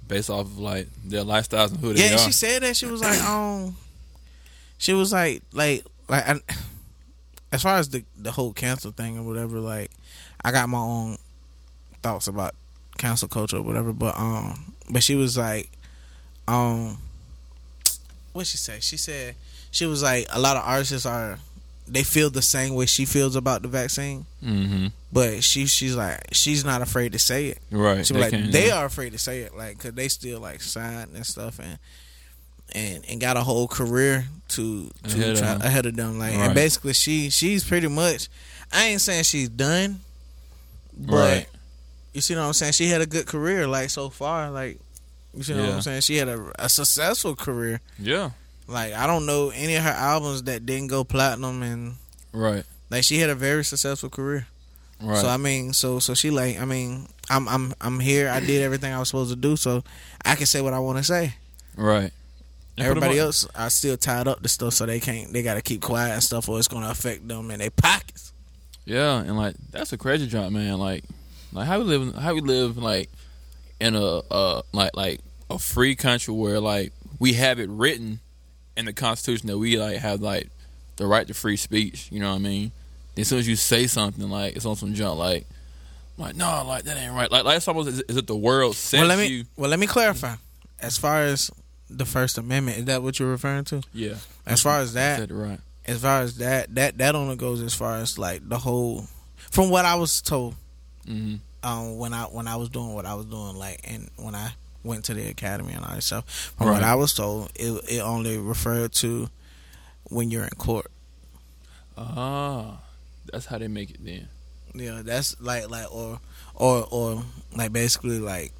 [SPEAKER 2] based off of like their lifestyles and who they
[SPEAKER 1] yeah."
[SPEAKER 2] are.
[SPEAKER 1] And she said that she was like, um, she was like, like, like, I, as far as the the whole cancel thing or whatever, like, I got my own thoughts about cancel culture or whatever. But um, but she was like, um, what she say? She said she was like a lot of artists are they feel the same way she feels about the vaccine,
[SPEAKER 2] mm-hmm.
[SPEAKER 1] but she she's like she's not afraid to say it.
[SPEAKER 2] Right.
[SPEAKER 1] She was like
[SPEAKER 2] can't-
[SPEAKER 1] they are afraid to say it, like because they still like signed and stuff and. And, and got a whole career to to
[SPEAKER 2] Ahead
[SPEAKER 1] ahead,
[SPEAKER 2] of
[SPEAKER 1] try,
[SPEAKER 2] them.
[SPEAKER 1] ahead of them like and
[SPEAKER 2] Right.
[SPEAKER 1] basically she she's pretty much I ain't saying she's done but
[SPEAKER 2] Right.
[SPEAKER 1] you see what I'm saying? She had a good career, like so far, like you see what
[SPEAKER 2] Yeah.
[SPEAKER 1] I'm saying? She had a, a successful career.
[SPEAKER 2] Yeah.
[SPEAKER 1] Like I don't know any of her albums that didn't go platinum, and
[SPEAKER 2] Right.
[SPEAKER 1] like she had a very successful career.
[SPEAKER 2] Right.
[SPEAKER 1] So I mean, so so she like I mean, I'm I'm I'm here. I did everything I was supposed to do, so I can say what I want to say.
[SPEAKER 2] right. And pretty
[SPEAKER 1] Everybody
[SPEAKER 2] much-
[SPEAKER 1] else are still tied up to stuff, so they can't. They got to keep quiet and stuff, or it's going to affect them and their pockets.
[SPEAKER 2] Yeah, and like that's a crazy job, man. Like, like how we live, how we live, like in a uh, like like a free country where like we have it written in the Constitution that we like have like the right to free speech. You know what I mean? As soon as you say something, like it's on some junk, like like no, like that ain't right. Like, like it's almost is, is it the world sent
[SPEAKER 1] well, let me
[SPEAKER 2] you?
[SPEAKER 1] well let me clarify. As far as the First Amendment, is that what you're referring to?
[SPEAKER 2] Yeah,
[SPEAKER 1] As far as that,
[SPEAKER 2] said it right.
[SPEAKER 1] as far as that, that that only goes as far as like the whole. From what I was told,
[SPEAKER 2] hmm
[SPEAKER 1] um, when I when I was doing what I was doing, like, and when I went to the academy and all that stuff, from
[SPEAKER 2] Right.
[SPEAKER 1] what I was told, it it only referred to when you're in court.
[SPEAKER 2] Ah, that's how they make it then.
[SPEAKER 1] Yeah, that's like like or or or like basically like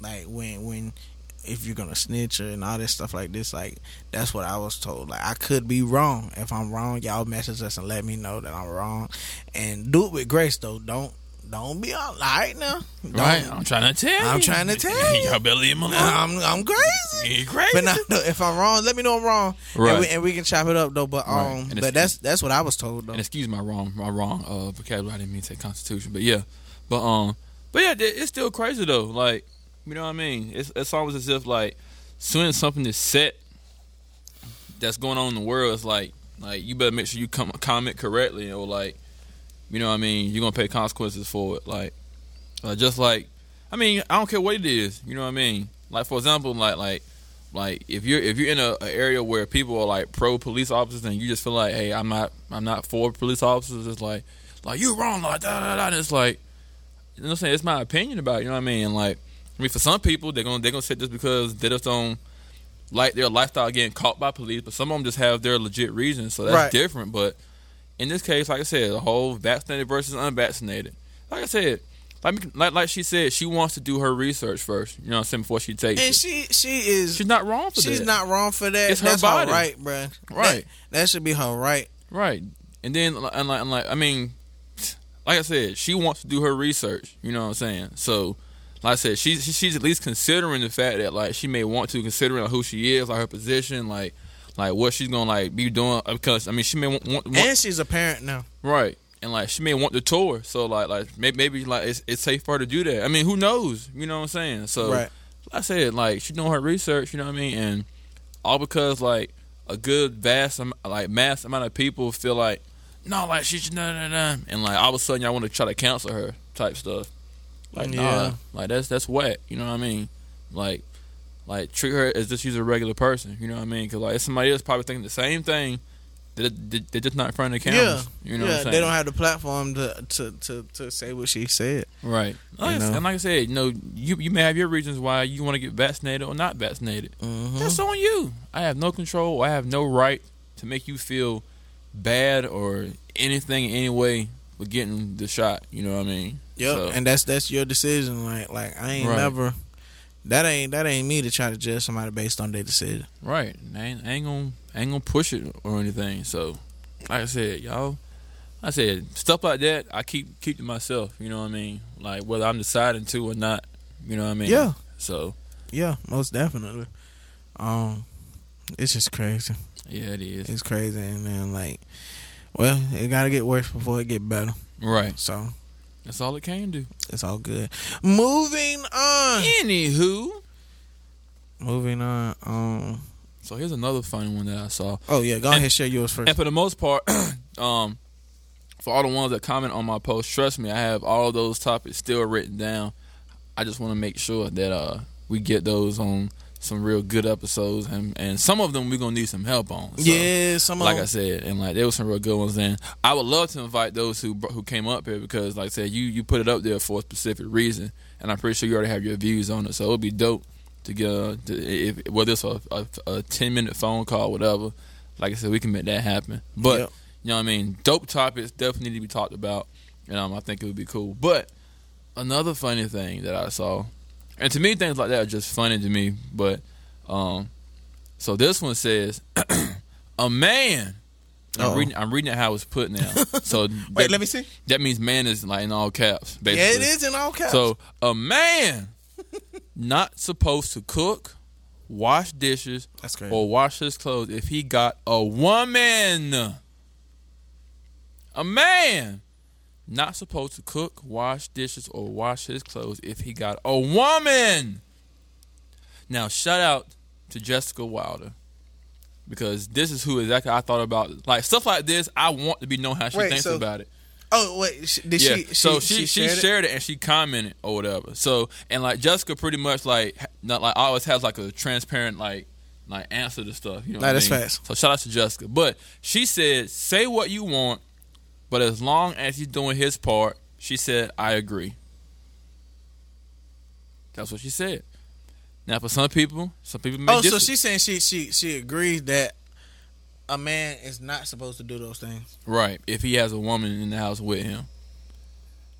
[SPEAKER 1] like when when if you're gonna snitch or and all this stuff like this, like that's what I was told. Like I could be wrong. If I'm wrong, y'all message us and let me know that I'm wrong. And do it with grace though. Don't don't be all right now. Don't-
[SPEAKER 2] Right, I'm trying to tell.
[SPEAKER 1] I'm
[SPEAKER 2] you.
[SPEAKER 1] trying to tell you.
[SPEAKER 2] Y'all better leave him alone.
[SPEAKER 1] I'm I'm crazy.
[SPEAKER 2] He crazy.
[SPEAKER 1] But now, if I'm wrong, let me know I'm wrong,
[SPEAKER 2] Right.
[SPEAKER 1] and, we, and we can chop it up though. But um,
[SPEAKER 2] Right. And it's-
[SPEAKER 1] but that's that's what I was told though.
[SPEAKER 2] and excuse my wrong my wrong uh vocabulary. I didn't mean to say constitution, but yeah, but um, but yeah, it- it's still crazy though. Like you know what I mean? It's it's almost as if like soon as something is set that's going on in the world, it's like like you better make sure you com- comment correctly or like you know what I mean. You're gonna pay consequences for it. Like uh, just like I mean, I don't care what it is. You know what I mean? Like for example, like like like if you're if you're in a, a area where people are like pro police officers and you just feel like, hey, I'm not I'm not for police officers, it's like like you wrong, like da da da. And it's like you know what I'm saying. It's my opinion about it, you know what I mean. Like I mean, for some people, they're gonna they're gonna say this because they just don't like their lifestyle getting caught by police, but some of them just have their legit reasons, so that's
[SPEAKER 1] Right.
[SPEAKER 2] different. But in this case, like I said, the whole vaccinated versus unvaccinated. Like I said, like like, like she said, she wants to do her research first. You know what I'm saying before she takes.
[SPEAKER 1] and
[SPEAKER 2] it.
[SPEAKER 1] she she is
[SPEAKER 2] She's not wrong for
[SPEAKER 1] She's
[SPEAKER 2] that.
[SPEAKER 1] not wrong for that.
[SPEAKER 2] It's her
[SPEAKER 1] That's
[SPEAKER 2] body.
[SPEAKER 1] her right, bruh.
[SPEAKER 2] Right.
[SPEAKER 1] That, that should be her right.
[SPEAKER 2] Right. And then and like, and like I mean, like like I said, she wants to do her research. You know what I'm saying? So, like I said, she's she's at least considering the fact that like she may want to considering who she is, like her position, like like what she's gonna like be doing. Because I mean, she may want, want, want
[SPEAKER 1] and she's a parent now.
[SPEAKER 2] right, and like she may want the tour. So like like maybe, maybe like it's it's safe for her to do that. I mean, who knows? You know what I'm saying? So
[SPEAKER 1] Right.
[SPEAKER 2] like I said, like she doing her research. You know what I mean? And all because like a good vast am- like mass amount of people feel like no, like she should no no no, and like all of a sudden y'all want to try to cancel her type stuff. Like nah,
[SPEAKER 1] Yeah.
[SPEAKER 2] like that's that's whack. You know what I mean? Like like treat her as if she's a regular person. You know what I mean? Because like if somebody else probably thinking the same thing. They're, they're just not in front of the cameras.
[SPEAKER 1] yeah,
[SPEAKER 2] you know
[SPEAKER 1] yeah.
[SPEAKER 2] what I'm saying?
[SPEAKER 1] they don't have the platform to to to, to say what she said.
[SPEAKER 2] Right.
[SPEAKER 1] You know?
[SPEAKER 2] And like I said, you know, you you may have your reasons why you want to get vaccinated or not vaccinated. That's on you. I have no control. I have no right to make you feel bad or anything in any way for getting the shot. You know what I mean?
[SPEAKER 1] Yep,
[SPEAKER 2] So,
[SPEAKER 1] and that's that's your decision. Like like I ain't
[SPEAKER 2] Right.
[SPEAKER 1] never. That ain't that ain't me to try to judge somebody based on their decision.
[SPEAKER 2] right. And I ain't, I ain't gonna I ain't gonna push it or anything. So, like I said, y'all. I said stuff like that. I keep keep to myself. You know what I mean? Like whether I'm deciding to or not. You know what I mean?
[SPEAKER 1] Yeah.
[SPEAKER 2] So
[SPEAKER 1] Yeah, most definitely. Um, it's just crazy.
[SPEAKER 2] yeah, it is.
[SPEAKER 1] It's crazy, and then like, well, it gotta get worse before it get better.
[SPEAKER 2] Right.
[SPEAKER 1] So
[SPEAKER 2] That's all it can do.
[SPEAKER 1] it's all good. Moving on.
[SPEAKER 2] Anywho,
[SPEAKER 1] Moving on. Um.
[SPEAKER 2] so here's another funny one that I saw,
[SPEAKER 1] Oh yeah, go ahead. Share yours
[SPEAKER 2] and
[SPEAKER 1] first.
[SPEAKER 2] for the most part, um, for all the ones that comment on my post, trust me, I have all those topics still written down. I just want to make sure that uh we get those on some real good episodes, and and some of them we're gonna need some help on. So,
[SPEAKER 1] yeah, some
[SPEAKER 2] Like
[SPEAKER 1] of
[SPEAKER 2] I said, and like there was some real good ones, and I would love to invite those who br- who came up here because, like I said, you you put it up there for a specific reason, and I'm pretty sure you already have your views on it. So it would be dope to get uh, to, if whether it's a, a, a ten minute phone call, whatever. Like I said, we can make that happen. But
[SPEAKER 1] Yep.
[SPEAKER 2] you know what I mean? Dope topics definitely need to be talked about, and um, I think it would be cool. But another funny thing that I saw, and to me things like that are just funny to me. But um, so this one says. A man. I'm
[SPEAKER 1] Uh-oh.
[SPEAKER 2] reading, I'm reading it how it's put now. So
[SPEAKER 1] Wait,
[SPEAKER 2] that,
[SPEAKER 1] let me see.
[SPEAKER 2] that means man is like in all caps, basically.
[SPEAKER 1] Yeah, it is in all caps.
[SPEAKER 2] So a man not supposed to cook, wash dishes,
[SPEAKER 1] That's crazy.
[SPEAKER 2] or wash his clothes if he got a woman. A man not supposed to cook, wash dishes, or wash his clothes if he got a woman. Now shout out to Jessica Wilder. Because this is who exactly I thought about. Like stuff like this, I want to be known how she
[SPEAKER 1] Wait,
[SPEAKER 2] thinks
[SPEAKER 1] so-
[SPEAKER 2] about it
[SPEAKER 1] oh wait, sh- did
[SPEAKER 2] yeah.
[SPEAKER 1] she, she?
[SPEAKER 2] so she she, shared,
[SPEAKER 1] shared it?
[SPEAKER 2] it? and she commented or whatever. So and like Jessica pretty much like ha- not like always has like a transparent like like answer to stuff. You know
[SPEAKER 1] Nah,
[SPEAKER 2] what I
[SPEAKER 1] that's
[SPEAKER 2] mean?
[SPEAKER 1] facts.
[SPEAKER 2] So shout out to Jessica. But she said, say what you want, but as long as he's doing his part, she said, I agree. That's what she said. Now for some people, some people may
[SPEAKER 1] Oh, so
[SPEAKER 2] dis-
[SPEAKER 1] she's saying she she she agrees that a man is not supposed to do those things.
[SPEAKER 2] Right, if he has a woman in the house with him.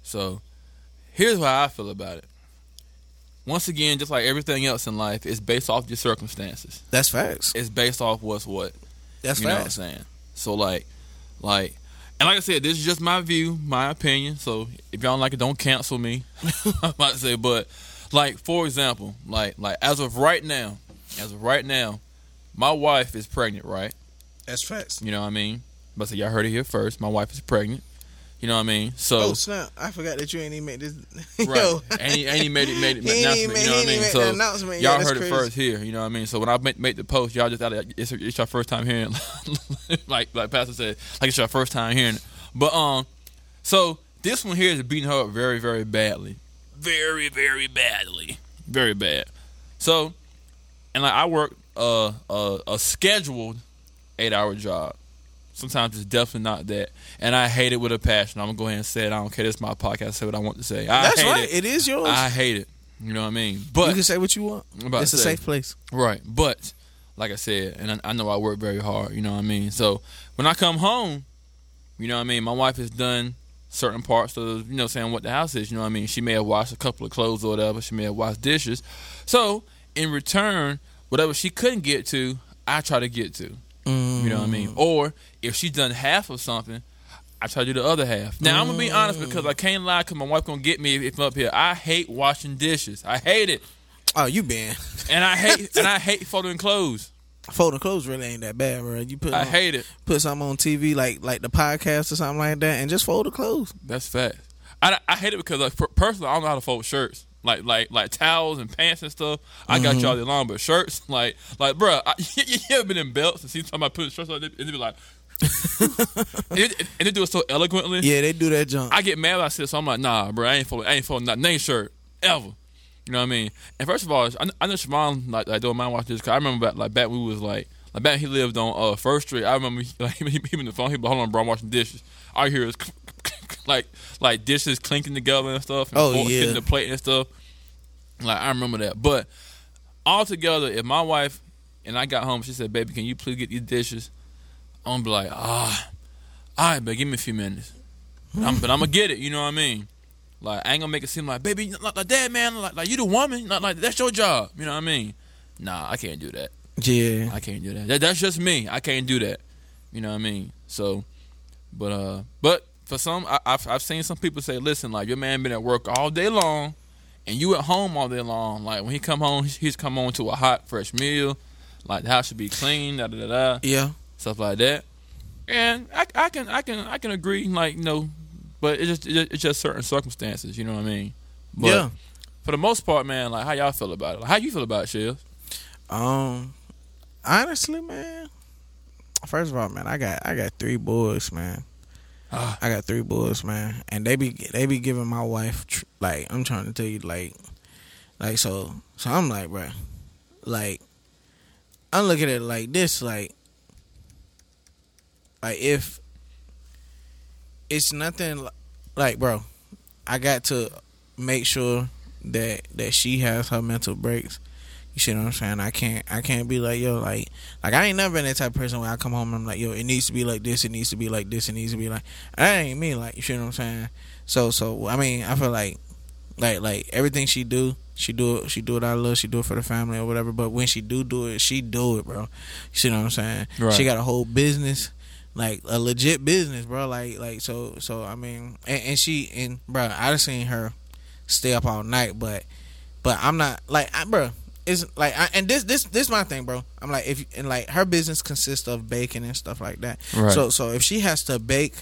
[SPEAKER 2] So, here's how I feel about it. Once again, just like everything else in life, it's based off your circumstances.
[SPEAKER 1] That's facts.
[SPEAKER 2] It's based off what's what.
[SPEAKER 1] That's
[SPEAKER 2] you know what I'm
[SPEAKER 1] facts.
[SPEAKER 2] saying? So like, like, and like I said, this is just my view, my opinion. So if y'all don't like it, don't cancel me. I might say, but like for example, like like as of right now, as of right now, my wife is pregnant, right?
[SPEAKER 1] That's facts.
[SPEAKER 2] You know what I mean? But so y'all heard it here first. My wife is pregnant. You know what I mean?
[SPEAKER 1] Oh
[SPEAKER 2] So
[SPEAKER 1] snap! I forgot that you ain't even made this.
[SPEAKER 2] right,
[SPEAKER 1] Yo.
[SPEAKER 2] and, he, and he made it made it
[SPEAKER 1] He ain't
[SPEAKER 2] announcement.
[SPEAKER 1] even-
[SPEAKER 2] you
[SPEAKER 1] he
[SPEAKER 2] know what I
[SPEAKER 1] ain't
[SPEAKER 2] mean?
[SPEAKER 1] even
[SPEAKER 2] So
[SPEAKER 1] made the announcement. Yeah,
[SPEAKER 2] y'all
[SPEAKER 1] that's
[SPEAKER 2] heard
[SPEAKER 1] crazy.
[SPEAKER 2] it first here. You know what I mean? So when I make, make the post, y'all just out of, it's, it's your first time hearing. it. like like Pastor said, like it's your first time hearing. It. But um, so this one here is beating her up very very badly, very very badly, very bad. So, and like I work uh, a a scheduled eight hour job. Sometimes it's definitely not that, and I hate it with a passion. I'm gonna go ahead and say it. I don't care. This is my podcast. I say what I want to say. I
[SPEAKER 1] That's
[SPEAKER 2] hate
[SPEAKER 1] right.
[SPEAKER 2] it.
[SPEAKER 1] it is yours.
[SPEAKER 2] I hate it. You know what I mean?
[SPEAKER 1] you
[SPEAKER 2] But
[SPEAKER 1] can say what you want.
[SPEAKER 2] I'm about to
[SPEAKER 1] It's a
[SPEAKER 2] say.
[SPEAKER 1] safe place.
[SPEAKER 2] right, but like I said, and I, I know I work very hard. You know what I mean? So when I come home, you know what I mean. My wife has done certain parts of you know saying what the house is. You know what I mean? She may have washed a couple of clothes or whatever. She may have washed dishes. So in return, whatever she couldn't get to, I try to get to. You know what I mean? Or if she's done half of something, I try to do the other half. Now I'm gonna be honest because I can't lie because my wife gonna get me if, if I'm up here. I hate washing dishes. I hate it,
[SPEAKER 1] Oh, you been
[SPEAKER 2] and I hate and I hate folding clothes.
[SPEAKER 1] folding clothes really ain't that bad, bro. You put
[SPEAKER 2] I
[SPEAKER 1] on-
[SPEAKER 2] hate it.
[SPEAKER 1] put something on TV like like the podcast or something like that, and just fold the clothes.
[SPEAKER 2] That's fact. I, I hate it because like per- personally I don't know how to fold shirts. Like like like towels and pants and stuff. I got
[SPEAKER 1] Mm-hmm.
[SPEAKER 2] y'all the long, but shirts like like bruh, I, you ever been in belts and see somebody put shirts on and they be like, and, they, and they do it so eloquently.
[SPEAKER 1] Yeah, they do that junk.
[SPEAKER 2] I get mad when I see it, so I'm like, nah, bro, I ain't folding, I ain't folding that name shirt ever. You know what I mean? And first of all, I, kn- I know Siobhan like, like don't mind watching this. Cause I remember back, like back when we was like like back when he lived on uh First Street. I remember he, like him, him in the phone. He be like, hold on, bro, I'm washing dishes. All I hear is like like dishes clinking together and stuff. And
[SPEAKER 1] Oh,
[SPEAKER 2] forks
[SPEAKER 1] yeah.
[SPEAKER 2] hitting the plate and stuff. Like I remember that, but altogether, if my wife and I got home, she said, "Baby, can you please get these dishes?" I'm gonna be like, "Ah, all right, but give me a few minutes." But I'm, but I'm gonna get it. You know what I mean? Like I ain't gonna make it seem like, "Baby, like, like that, man. Like, like you the woman. Like, like that's your job." You know what I mean? Nah, I can't do that.
[SPEAKER 1] yeah,
[SPEAKER 2] I can't do that. that. That's just me. I can't do that. You know what I mean? So, but uh, but for some, I, I've I've seen some people say, listen, like your man been at work all day long, and you at home all day long. Like when he come home, he's come home to a hot fresh meal. Like the house should be clean, da da da da,
[SPEAKER 1] yeah.
[SPEAKER 2] stuff like that. And I, I can I can I can agree, like you know, but it's just it's just certain circumstances. You know what I mean? But
[SPEAKER 1] Yeah.
[SPEAKER 2] For the most part, man, like how y'all feel about it? Like, how you feel about it, Shiv?
[SPEAKER 1] Um, honestly, man. First of all, man, I got I got three boys, man.
[SPEAKER 2] Ah.
[SPEAKER 1] I got three boys, man, and they be they be giving my wife tr- like I'm trying to tell you like, like so so I'm like, bruh, like I'm looking at it like this, like, like if it's nothing li- like, bro, I got to make sure that that she has her mental breaks you see what I'm saying? I can't I can't be like, yo, like like I ain't never been that type of person where I come home and I'm like, yo, it needs to be like this, it needs to be like this, it needs to be like that ain't me, like you see what I'm saying? So so I mean, I feel like like like everything she do, she do it she do it out of love, she do it for the family or whatever, but when she do do it, she do it, bro. You see what I'm saying?
[SPEAKER 2] Right.
[SPEAKER 1] She got a whole business like a legit business, bro. Like, like so, so I mean, and, and she and bro, I done seen her stay up all night, but, but I'm not like, I, bro. It's like, I, and this, this, this my thing, bro. I'm like, if and like her business consists of baking and stuff like that.
[SPEAKER 2] Right.
[SPEAKER 1] So, so if she has to bake,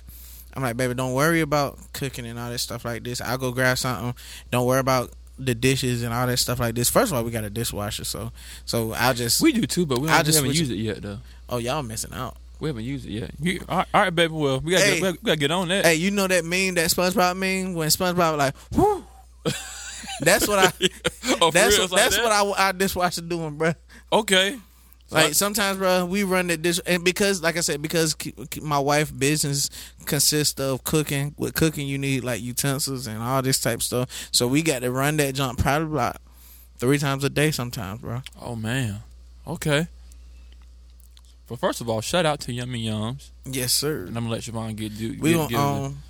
[SPEAKER 1] I'm like, baby, don't worry about cooking and all this stuff like this. I'll go grab something. Don't worry about the dishes and all that stuff like this. First of all, we got a dishwasher, so, so I'll just.
[SPEAKER 2] We do too, but we,
[SPEAKER 1] I
[SPEAKER 2] haven't- we
[SPEAKER 1] just
[SPEAKER 2] haven't
[SPEAKER 1] switch
[SPEAKER 2] used it yet, though.
[SPEAKER 1] oh, y'all missing out.
[SPEAKER 2] We haven't used it yet. You, all, right, all right, baby. Well, we gotta,
[SPEAKER 1] Hey.
[SPEAKER 2] get, we gotta, we gotta get on that.
[SPEAKER 1] Hey, you know that meme, that SpongeBob meme, when SpongeBob like, whoo. that's what I. That's
[SPEAKER 2] Oh, for real,
[SPEAKER 1] what,
[SPEAKER 2] it's like
[SPEAKER 1] that's
[SPEAKER 2] that?
[SPEAKER 1] what I, I dishwasher doing, bruh.
[SPEAKER 2] Okay.
[SPEAKER 1] Like sometimes, bruh, we run the dish, and because, like I said, because k- k- my wife' business consists of cooking. With cooking, you need like utensils and all this type stuff. So we got to run that jump probably like three times a day sometimes, bro.
[SPEAKER 2] Oh man. Okay. Well, first of all, shout out to Yummy Yums,
[SPEAKER 1] Yes, sir.
[SPEAKER 2] and I'm gonna let Siobhan get do.
[SPEAKER 1] We
[SPEAKER 2] get-
[SPEAKER 1] gonna
[SPEAKER 2] get-
[SPEAKER 1] um,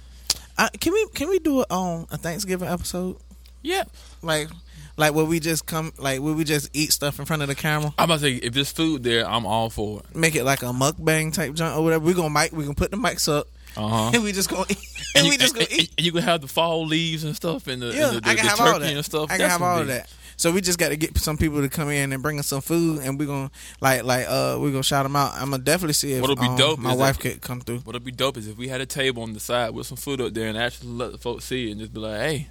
[SPEAKER 1] I, can we can we do it on a Thanksgiving episode?
[SPEAKER 2] yeah.
[SPEAKER 1] Like, like where we just come, like where we just eat stuff in front of the camera,
[SPEAKER 2] I'm about to say if there's food there, I'm all for it.
[SPEAKER 1] make it like a mukbang type junk or whatever. We gonna mic, we gonna put the mics up,
[SPEAKER 2] Uh huh.
[SPEAKER 1] and we just gonna eat, Uh-huh. and, we just gonna eat.
[SPEAKER 2] And you can have the fall leaves and stuff, and the, and
[SPEAKER 1] Yeah,
[SPEAKER 2] the, the-
[SPEAKER 1] I can
[SPEAKER 2] the
[SPEAKER 1] have
[SPEAKER 2] turkey
[SPEAKER 1] all that.
[SPEAKER 2] and stuff.
[SPEAKER 1] I can
[SPEAKER 2] That's
[SPEAKER 1] have
[SPEAKER 2] gonna
[SPEAKER 1] all
[SPEAKER 2] be-
[SPEAKER 1] that. So we just got to get some people to come in and bring us some food, and we gonna like like uh we gonna shout them out. I'm gonna definitely see if
[SPEAKER 2] What'll be
[SPEAKER 1] um,
[SPEAKER 2] dope
[SPEAKER 1] my
[SPEAKER 2] is
[SPEAKER 1] wife
[SPEAKER 2] if-
[SPEAKER 1] could come through.
[SPEAKER 2] What'd be dope is if we had a table on the side with some food up there and actually let the folks see it and just be like, hey,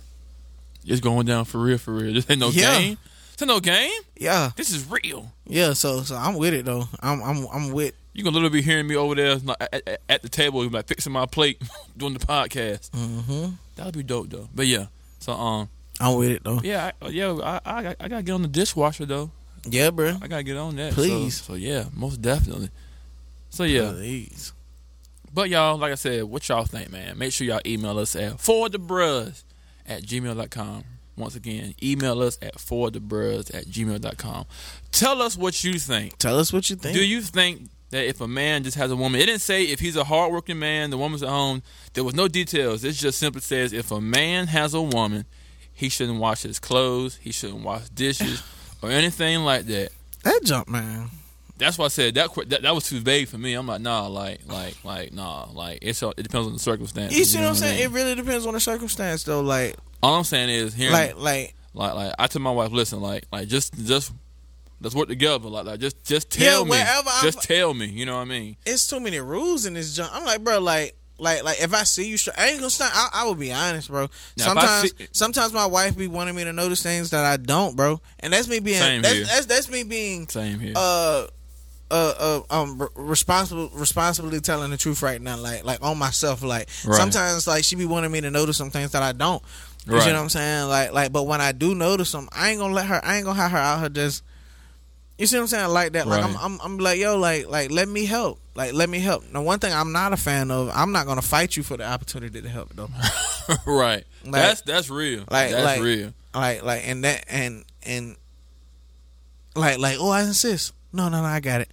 [SPEAKER 2] it's going down for real, for real. This ain't no
[SPEAKER 1] Yeah.
[SPEAKER 2] game. This ain't no game.
[SPEAKER 1] Yeah,
[SPEAKER 2] This is real.
[SPEAKER 1] yeah. So so I'm with it though. I'm I'm I'm with.
[SPEAKER 2] You can literally be hearing me over there like, at, at- at the table, like fixing my plate, doing the podcast.
[SPEAKER 1] hmm
[SPEAKER 2] That'd be dope though. But yeah, so um,
[SPEAKER 1] I'm with it though.
[SPEAKER 2] yeah, I, uh, yeah, I, I got- I gotta get on the dishwasher though.
[SPEAKER 1] Yeah, bro.
[SPEAKER 2] I gotta get on that. so-
[SPEAKER 1] Please.
[SPEAKER 2] So, yeah, most definitely. So yeah,
[SPEAKER 1] Please.
[SPEAKER 2] But y'all, like I said, what y'all think, man? Make sure y'all email us at forwardthebruz at gmail.com. Once again, email us at forwardthebruz at gmail.com. Tell us what you think.
[SPEAKER 1] Tell us what you think.
[SPEAKER 2] Do you think that if a man just has a woman, it didn't say if he's a hardworking man, the woman's at home. There was no details. It just simply says if a man has a woman, he shouldn't wash his clothes, he shouldn't wash dishes, or anything like that.
[SPEAKER 1] that jump, man?
[SPEAKER 2] that's why I said that, que- that that was too vague for me. I'm like, nah, like, like, like, nah, like it's all, it depends on the circumstance.
[SPEAKER 1] You see what I'm saying? It really depends on the circumstance, though. Like,
[SPEAKER 2] all I'm saying is hearing, like,
[SPEAKER 1] like, like,
[SPEAKER 2] like, I tell my wife, listen, like, like, just, just, let's work together. Like, like, just, just
[SPEAKER 1] Yeah,
[SPEAKER 2] tell me,
[SPEAKER 1] wherever I'm-
[SPEAKER 2] just tell me. You know what I mean?
[SPEAKER 1] it's too many rules in this junk. I'm like, bro, like, like, like, if I see you, str- I ain't gonna stop. I, I will be honest, bro.
[SPEAKER 2] Now, if I
[SPEAKER 1] sometimes,
[SPEAKER 2] see-
[SPEAKER 1] sometimes my wife be wanting me to notice things that I don't, bro, and that's me being,
[SPEAKER 2] Same
[SPEAKER 1] that's,
[SPEAKER 2] here.
[SPEAKER 1] that's that's me being,
[SPEAKER 2] Same here.
[SPEAKER 1] uh, uh, uh, um, re- responsible, responsibly telling the truth right now, like, like on myself, like
[SPEAKER 2] Right.
[SPEAKER 1] sometimes, like she be wanting me to notice some things that I don't. You
[SPEAKER 2] Right.
[SPEAKER 1] see what I'm saying? Like, like, but when I do notice them, I ain't gonna let her. I ain't gonna have her out her just. You see what I'm saying? Like that. Like I'm,
[SPEAKER 2] Right.
[SPEAKER 1] I'm, I'm like, yo, like, like, let me help. Like, let me help. Now, one thing I'm not a fan of, I'm not gonna fight you for the opportunity to help though.
[SPEAKER 2] right. that's that's real.
[SPEAKER 1] like-
[SPEAKER 2] that's
[SPEAKER 1] like-
[SPEAKER 2] real.
[SPEAKER 1] like, like, and that, and and like, like, oh, I insist. No, no, no, I got it.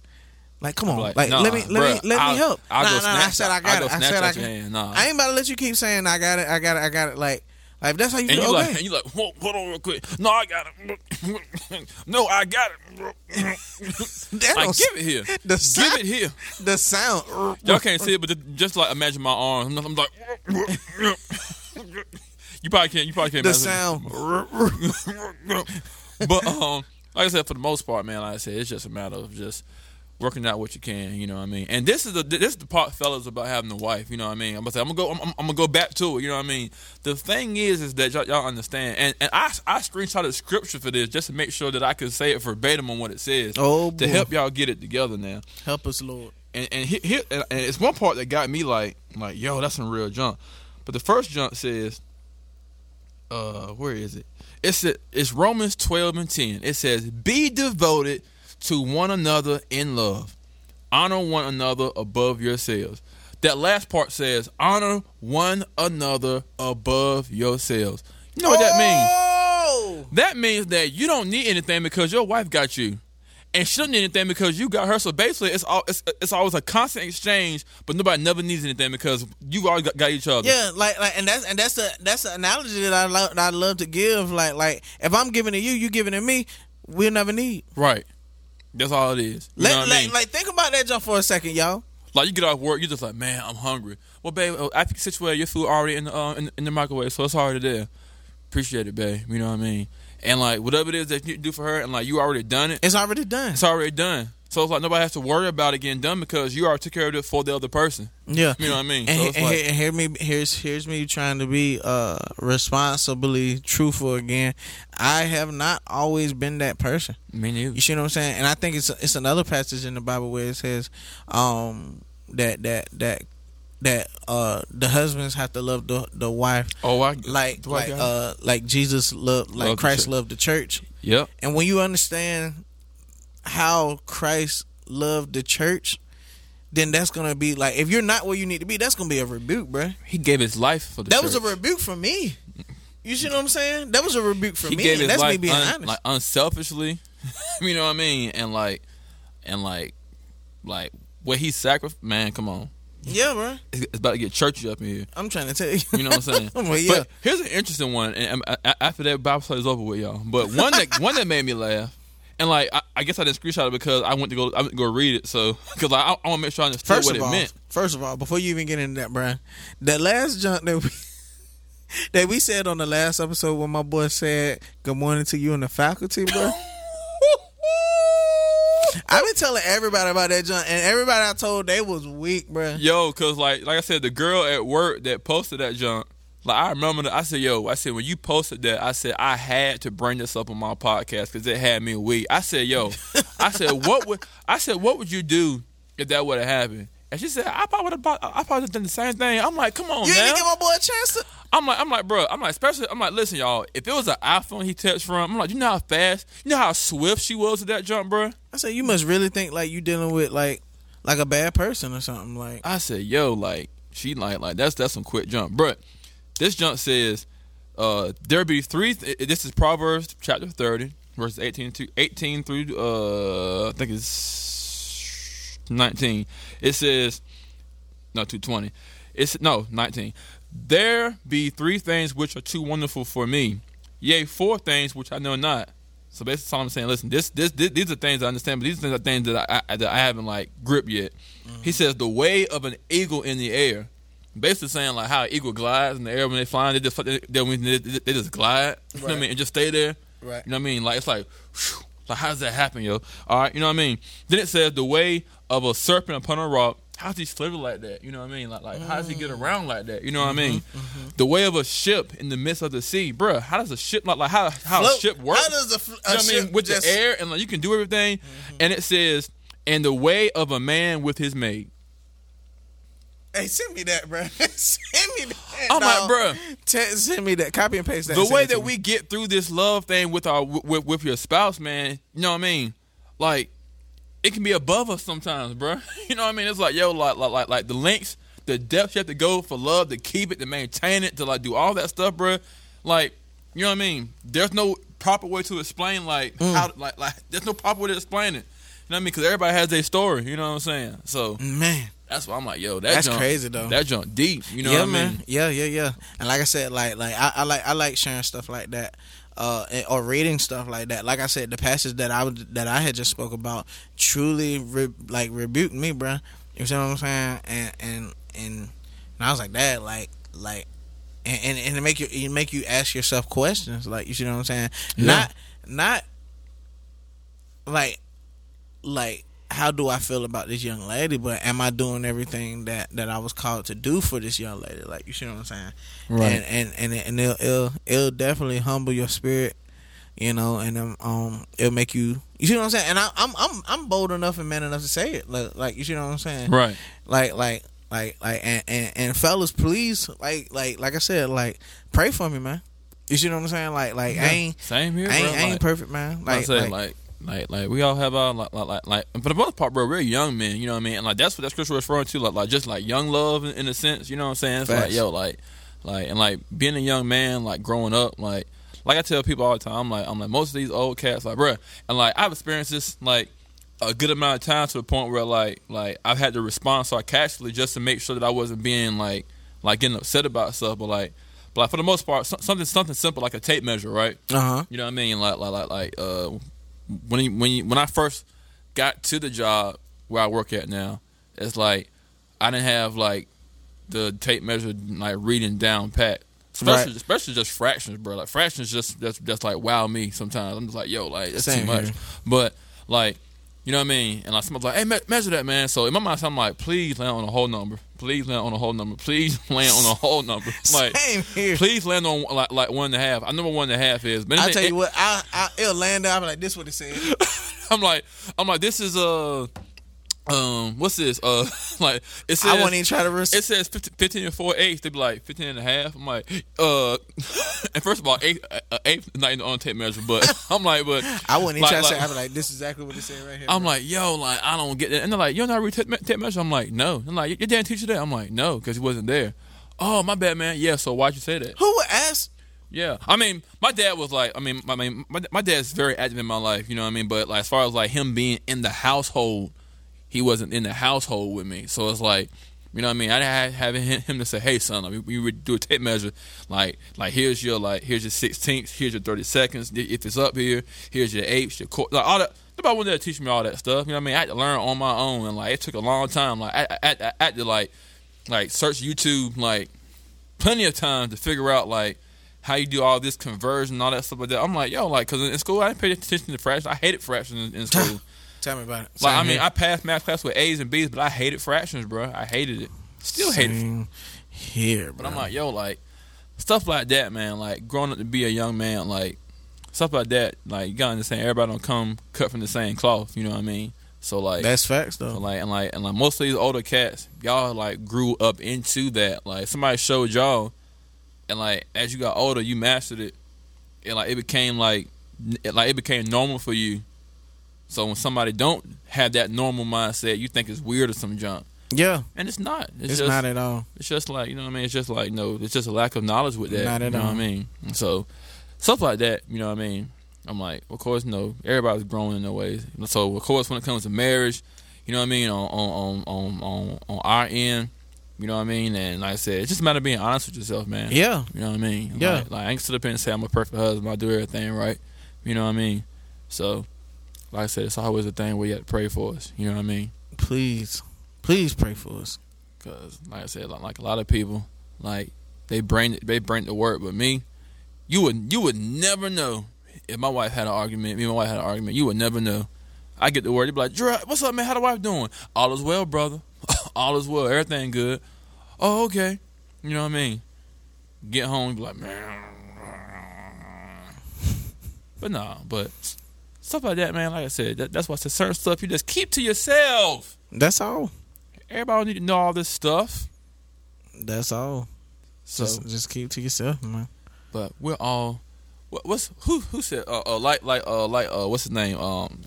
[SPEAKER 1] Like, come on,
[SPEAKER 2] like,
[SPEAKER 1] like,
[SPEAKER 2] nah,
[SPEAKER 1] let me, let
[SPEAKER 2] bruh,
[SPEAKER 1] me, let
[SPEAKER 2] I'll-
[SPEAKER 1] me help.
[SPEAKER 2] I'll
[SPEAKER 1] nah,
[SPEAKER 2] go
[SPEAKER 1] nah, nah, I
[SPEAKER 2] snatch
[SPEAKER 1] said
[SPEAKER 2] that-
[SPEAKER 1] I got
[SPEAKER 2] I'll go
[SPEAKER 1] it. I
[SPEAKER 2] snatch
[SPEAKER 1] said I
[SPEAKER 2] that
[SPEAKER 1] got
[SPEAKER 2] your
[SPEAKER 1] it.
[SPEAKER 2] hand, nah.
[SPEAKER 1] I ain't about to let you keep saying I got it. I got it. I got it. Like, like if that's how you do.
[SPEAKER 2] And
[SPEAKER 1] it,
[SPEAKER 2] you
[SPEAKER 1] okay.
[SPEAKER 2] like, and you like, whoa, hold on real quick. No, I got it. no, I got it.
[SPEAKER 1] That
[SPEAKER 2] like,
[SPEAKER 1] don't-
[SPEAKER 2] give it here.
[SPEAKER 1] The
[SPEAKER 2] Give
[SPEAKER 1] sound,
[SPEAKER 2] it here.
[SPEAKER 1] the sound.
[SPEAKER 2] Y'all can't see it, but just, just like imagine my arms. I'm, I'm like, you probably can't. You probably can't.
[SPEAKER 1] The
[SPEAKER 2] imagine.
[SPEAKER 1] sound.
[SPEAKER 2] but um, like I said, for the most part, man, like I said, it's just a matter of just working out what you can. You know what I mean? And this is the this is the part, fellas, about having a wife. You know what I mean? I'm gonna say, I'm gonna go. I'm, I'm gonna go back to it. You know what I mean? The thing is, is that y'all, y'all understand. And and I I screenshotted scripture for this just to make sure that I could say it verbatim on what it says.
[SPEAKER 1] Oh,
[SPEAKER 2] to
[SPEAKER 1] boy.
[SPEAKER 2] help y'all get it together now
[SPEAKER 1] Help us, Lord.
[SPEAKER 2] and and, he, he, and and it's one part that got me like like yo that's some real junk but the first junk says uh where is it it's a, it's romans 12 and 10 it says be devoted to one another in love honor one another above yourselves that last part says honor one another above yourselves you know what that means
[SPEAKER 1] means?
[SPEAKER 2] that means that you don't need anything because your wife got you, and she don't need anything because you got her. So basically, it's all it's, it's always a constant exchange, but nobody never needs anything because you all got, got each other.
[SPEAKER 1] Yeah, like, like, and that's and that's the that's the analogy that I love that I love to give. Like, like, if I'm giving to you, you giving to me, we'll never need.
[SPEAKER 2] Right. That's all it is. You
[SPEAKER 1] Let,
[SPEAKER 2] know what
[SPEAKER 1] like,
[SPEAKER 2] I mean? Like,
[SPEAKER 1] like, think about that jump for a second, y'all.
[SPEAKER 2] you get off work, you're just like, man, I'm hungry. Well, babe, uh, I think situated your food already in the uh, in, in the microwave, so it's already there. Appreciate it, babe. You know what I mean? And like whatever it is that you do for her, and like you already done it.
[SPEAKER 1] It's already done.
[SPEAKER 2] It's already done. So it's like nobody has to worry about it getting done because you already took care of it for the other person.
[SPEAKER 1] Yeah,
[SPEAKER 2] You know what I mean?
[SPEAKER 1] And,
[SPEAKER 2] So it's
[SPEAKER 1] and
[SPEAKER 2] like-
[SPEAKER 1] hear- hear me. Here's here's me trying to be uh responsibly truthful again. I have not always been that person.
[SPEAKER 2] Me neither.
[SPEAKER 1] You see what I'm saying? And I think it's it's another passage in the Bible where it says um, that that that that uh, the husbands have to love the the wife
[SPEAKER 2] Oh, I
[SPEAKER 1] like
[SPEAKER 2] do I
[SPEAKER 1] like
[SPEAKER 2] got it?
[SPEAKER 1] uh, like Jesus loved like
[SPEAKER 2] Love the
[SPEAKER 1] Christ
[SPEAKER 2] church.
[SPEAKER 1] loved the church.
[SPEAKER 2] yep.
[SPEAKER 1] And when you understand how Christ loved the church, then that's gonna be like if you're not where you need to be, that's gonna be a rebuke, bruh.
[SPEAKER 2] He gave his life for the
[SPEAKER 1] That was
[SPEAKER 2] church.
[SPEAKER 1] a rebuke for me. You see what I'm saying? That was a rebuke for
[SPEAKER 2] He
[SPEAKER 1] me.
[SPEAKER 2] gave his
[SPEAKER 1] That's
[SPEAKER 2] life
[SPEAKER 1] me being
[SPEAKER 2] un-
[SPEAKER 1] honest.
[SPEAKER 2] like unselfishly. you know what I mean? And like, and like, like what he sacrificed. Man, come on,
[SPEAKER 1] yeah, bruh.
[SPEAKER 2] it's, it's about to get churchy up in here.
[SPEAKER 1] I'm trying to tell you.
[SPEAKER 2] You know what I'm saying?
[SPEAKER 1] Well, yeah.
[SPEAKER 2] But here's an interesting one, and, and a- after that Bible study is over with, y'all. But one that one that made me laugh, and like I, I guess I didn't screenshot it because I went to go I went to go read it. So because I, I want to make sure I understood
[SPEAKER 1] First
[SPEAKER 2] what
[SPEAKER 1] of
[SPEAKER 2] it
[SPEAKER 1] all,
[SPEAKER 2] meant.
[SPEAKER 1] first of all, before you even get into that, Brian, that last junk that we that we said on the last episode when my boy said good morning to you and the faculty, bro. I've been telling everybody about that junk, and everybody I told they was weak, bro.
[SPEAKER 2] Yo, cause like like I said, the girl at work that posted that junk. Like I remember, that, I said, "Yo," I said, "When you posted that, I said I had to bring this up on my podcast because it had me weak." I said, "Yo," I said, "What would I said What would you do if that would have happened?" And she said, "I probably would have. I probably would've done the same thing." I'm like, "Come on,
[SPEAKER 1] You
[SPEAKER 2] now."
[SPEAKER 1] didn't give my boy a chance to.
[SPEAKER 2] I'm like, I'm like, bro. I'm like, especially. I'm like, listen, y'all. If it was an iPhone he touched from, I'm like, you know how fast, you know how swift she was with that jump, bro.
[SPEAKER 1] I said you must really think like you dealing with like like a bad person or something. Like
[SPEAKER 2] I said, "Yo, like she like like that's that's some quick jump, But This jump says, uh, "There be three." Th- this is Proverbs chapter thirty, verses 18 to eighteen through uh, I think it's nineteen. It says, no, two twenty. It's no nineteen. There be three things which are too wonderful for me, yea, four things which I know not. So basically, that's all I'm saying. Listen, this, this, this these are things I understand, but these things are things that I, I that I haven't like gripped yet.
[SPEAKER 1] Mm-hmm.
[SPEAKER 2] He says the way of an eagle in the air, basically saying like how an eagle glides in the air when they flying, they just they, they, they, they just glide. You know what I
[SPEAKER 1] Right.
[SPEAKER 2] mean? And just stay there.
[SPEAKER 1] Right.
[SPEAKER 2] You know what I mean? Like it's like, whew, like how does that happen, yo? All right. You know what I mean? Then it says the way of a serpent upon a rock. How's he slither like that? You know what I mean? Like, like how does he
[SPEAKER 1] Mm.
[SPEAKER 2] get around like that? You know what
[SPEAKER 1] Mm-hmm,
[SPEAKER 2] I mean? The way of a ship in the midst of the sea, bruh. How does a ship like, like how how a
[SPEAKER 1] Float.
[SPEAKER 2] ship works?
[SPEAKER 1] How does a, fl- a
[SPEAKER 2] Oh, you know what I
[SPEAKER 1] ship
[SPEAKER 2] mean? With
[SPEAKER 1] just- Mm-hmm.
[SPEAKER 2] the air and like you can do everything. And it says, and the way of a man with his maid.
[SPEAKER 1] Hey, send me that, bro. send me that.
[SPEAKER 2] I'm like,
[SPEAKER 1] dawg.
[SPEAKER 2] Oh bruh.
[SPEAKER 1] Te- send me that. Copy and paste that. and
[SPEAKER 2] The
[SPEAKER 1] send
[SPEAKER 2] way
[SPEAKER 1] it to
[SPEAKER 2] that
[SPEAKER 1] me.
[SPEAKER 2] we get through this love thing with our with, with your spouse, man. You know what I mean? Like it can be above us sometimes, bruh. You know what I mean? It's like yo, like like like, like the links, the depths you have to go for love to keep it, to maintain it, to like do all that stuff, bruh. Like you know what I mean? There's no proper way to explain like
[SPEAKER 1] Mm.
[SPEAKER 2] how like like there's no proper way to explain it. You know what I mean? Because everybody has their story. You know what I'm saying? So
[SPEAKER 1] man.
[SPEAKER 2] that's why I'm like, yo, that
[SPEAKER 1] That's
[SPEAKER 2] junk-
[SPEAKER 1] crazy, though.
[SPEAKER 2] That jump deep. You know
[SPEAKER 1] yeah,
[SPEAKER 2] what I mean?
[SPEAKER 1] man. Yeah, yeah, yeah. And like I said, like like I, I like I like sharing stuff like that, uh, and- or reading stuff like that. Like I said, the passage that I would, that I had just spoke about truly re- like rebuked me, bruh. You see what I'm saying? And and and, and I was like, Dad, like like, and and, and it make you it make you ask yourself questions. Like you see what I'm saying?
[SPEAKER 2] Yeah.
[SPEAKER 1] Not not like like how do I feel about this young lady? But am I doing everything that that I was called to do for this young lady? Like you see what I'm saying?
[SPEAKER 2] Right.
[SPEAKER 1] And and and, it- and it'll, it'll it'll definitely humble your spirit, you know, and um, um it'll make you you see what I'm saying? And I, I'm I'm I'm bold enough and man enough to say it. Like, like you see what I'm saying?
[SPEAKER 2] Right.
[SPEAKER 1] Like like like like and, and and fellas, please like like like I said, like pray for me, man. You see what I'm saying? Like like I ain't
[SPEAKER 2] Same
[SPEAKER 1] I
[SPEAKER 2] here,
[SPEAKER 1] ain't,
[SPEAKER 2] bro.
[SPEAKER 1] I ain't
[SPEAKER 2] Like-
[SPEAKER 1] perfect, man.
[SPEAKER 2] like, I
[SPEAKER 1] Like
[SPEAKER 2] say, like,
[SPEAKER 1] like,
[SPEAKER 2] like, like, we all have our like, like, like, like, for the most part, bro, we're young men. You know what I mean? And like that's what that scripture was referring to, like, like just like young love in, in a sense. You know what I'm saying? It's like,
[SPEAKER 1] Facts.
[SPEAKER 2] yo, like, like, and like being a young man, like growing up, like, like I tell people all the time, I'm like, I'm like most of these old cats, like, bro, and like I've experienced this, like. A good amount of time to the point where like like I've had to respond sarcastically just to make sure that I wasn't being like like getting upset about stuff, but like but like for the most part so- something something simple like a tape measure, right?
[SPEAKER 1] uh huh.
[SPEAKER 2] You know what I mean? Like like like like uh, when you, when you, when I first got to the job where I work at now, it's like I didn't have like the tape measure like reading down pat. Especially,
[SPEAKER 1] Right.
[SPEAKER 2] especially just fractions, bro. Like fractions, just that's that's like wow me sometimes. I'm just like yo, like that's too
[SPEAKER 1] Same
[SPEAKER 2] much.
[SPEAKER 1] here.
[SPEAKER 2] But like, you know what I mean? And like someone's like, hey, me- measure that, man. So in my mind, I'm like, please land on a whole number. Please land on a whole number. Please land on a whole number. Like,
[SPEAKER 1] Same here.
[SPEAKER 2] please land on like like one and a half. I know what one and a half is, but
[SPEAKER 1] I'll
[SPEAKER 2] it-
[SPEAKER 1] tell
[SPEAKER 2] it-
[SPEAKER 1] you what, I, I, it'll land there. I'll be like, this what it said.
[SPEAKER 2] I'm like, I'm like, this is uh, um, what's this? Uh, like it says
[SPEAKER 1] I won't even try to risk
[SPEAKER 2] it says 15, 15 and four eighths. They'd be like 15 and a half. I'm like, uh, and first of all, eighth, uh, eighth not even on tape measure, but I'm like, but
[SPEAKER 1] I wouldn't even
[SPEAKER 2] like-
[SPEAKER 1] try to
[SPEAKER 2] like-
[SPEAKER 1] say, I'd be like, this is exactly what it said right here.
[SPEAKER 2] I'm like, yo, like I don't get that. And they're like, you know how to read tape, me- tape measure? I'm like, no. I'm like, your dad teach you that? I'm like, no, because he wasn't there. Oh, my bad, man. Yeah, so why'd you say that?
[SPEAKER 1] Who would ask?
[SPEAKER 2] Yeah, I mean, my dad was like, I mean, my I mean, my, my dad's very active in my life, you know what I mean. But like, as far as like him being in the household, he wasn't in the household with me, so it's like, you know what I mean. I had having him, him to say, hey son, like, we, we would do a tape measure, like like here's your like here's your sixteenths, here's your thirty seconds, if it's up here, here's your eighths, your quarter, like all that. Nobody wanted to teach me all that stuff, you know what I mean. I had to learn on my own, and like it took a long time. Like I, I, I, I had to like like search YouTube, like plenty of time to figure out like how you do all this conversion and all that stuff like that. I'm like, yo, like, cause in in school I didn't pay attention to fractions. I hated fractions in, in school.
[SPEAKER 1] Tell me about it.
[SPEAKER 2] like, I
[SPEAKER 1] Same
[SPEAKER 2] mean,
[SPEAKER 1] here.
[SPEAKER 2] I passed math class with A's and B's, but I hated fractions, bro. I hated it. Still hate it.
[SPEAKER 1] Same here, bro.
[SPEAKER 2] But I'm like, yo, like stuff like that, man. Like growing up to be a young man, like stuff like that. Like you gotta understand, everybody don't come cut from the same cloth. You know what I mean? So like,
[SPEAKER 1] that's facts
[SPEAKER 2] so,
[SPEAKER 1] though.
[SPEAKER 2] like and like and like most of these older cats, y'all like grew up into that. Like somebody showed y'all, and like as you got older, you mastered it, and like it became like n- it, like it became normal for you. So when somebody don't have that normal mindset, you think it's weird or some junk,
[SPEAKER 1] yeah,
[SPEAKER 2] and it's not. It's,
[SPEAKER 1] it's,
[SPEAKER 2] just
[SPEAKER 1] not at all.
[SPEAKER 2] it's just like you know what I mean. It's just like no, it's just a lack of knowledge with that.
[SPEAKER 1] Not at
[SPEAKER 2] you know
[SPEAKER 1] all.
[SPEAKER 2] what I mean. And so stuff like that, you know what I mean. I'm like, of course, no. Everybody's growing in their ways. So of course, when it comes to marriage, you know what I mean. On on on on on, on our end, you know what I mean. And like I said, it's just a matter of being honest with yourself, man.
[SPEAKER 1] Yeah,
[SPEAKER 2] You know what I mean.
[SPEAKER 1] Yeah.
[SPEAKER 2] Like, like I can sit up here and say I'm a perfect husband. I do everything right. You know what I mean. So, like I said, it's always a thing where you have to pray for us. You know what I mean?
[SPEAKER 1] Please, please pray for us.
[SPEAKER 2] Because, like I said, like, like a lot of people, like they bring they bring the word, but me, you would you would never know if my wife had an argument. Me and my wife had an argument. You would never know. I get the word. They be like, "Dre, what's up, man? How the wife doing? All is well, brother. All is well. Everything good. Oh, okay. You know what I mean? Get home, be like, man. But nah, but stuff like that, man. Like I said, that, that's why I said certain stuff you just keep to yourself.
[SPEAKER 1] That's all.
[SPEAKER 2] Everybody don't need to know all this stuff.
[SPEAKER 1] That's all.
[SPEAKER 2] So,
[SPEAKER 1] just, just keep to yourself, man.
[SPEAKER 2] but we're all. What, what's who? Who said? Uh, uh, like, like, uh, like, uh, what's his name? Um,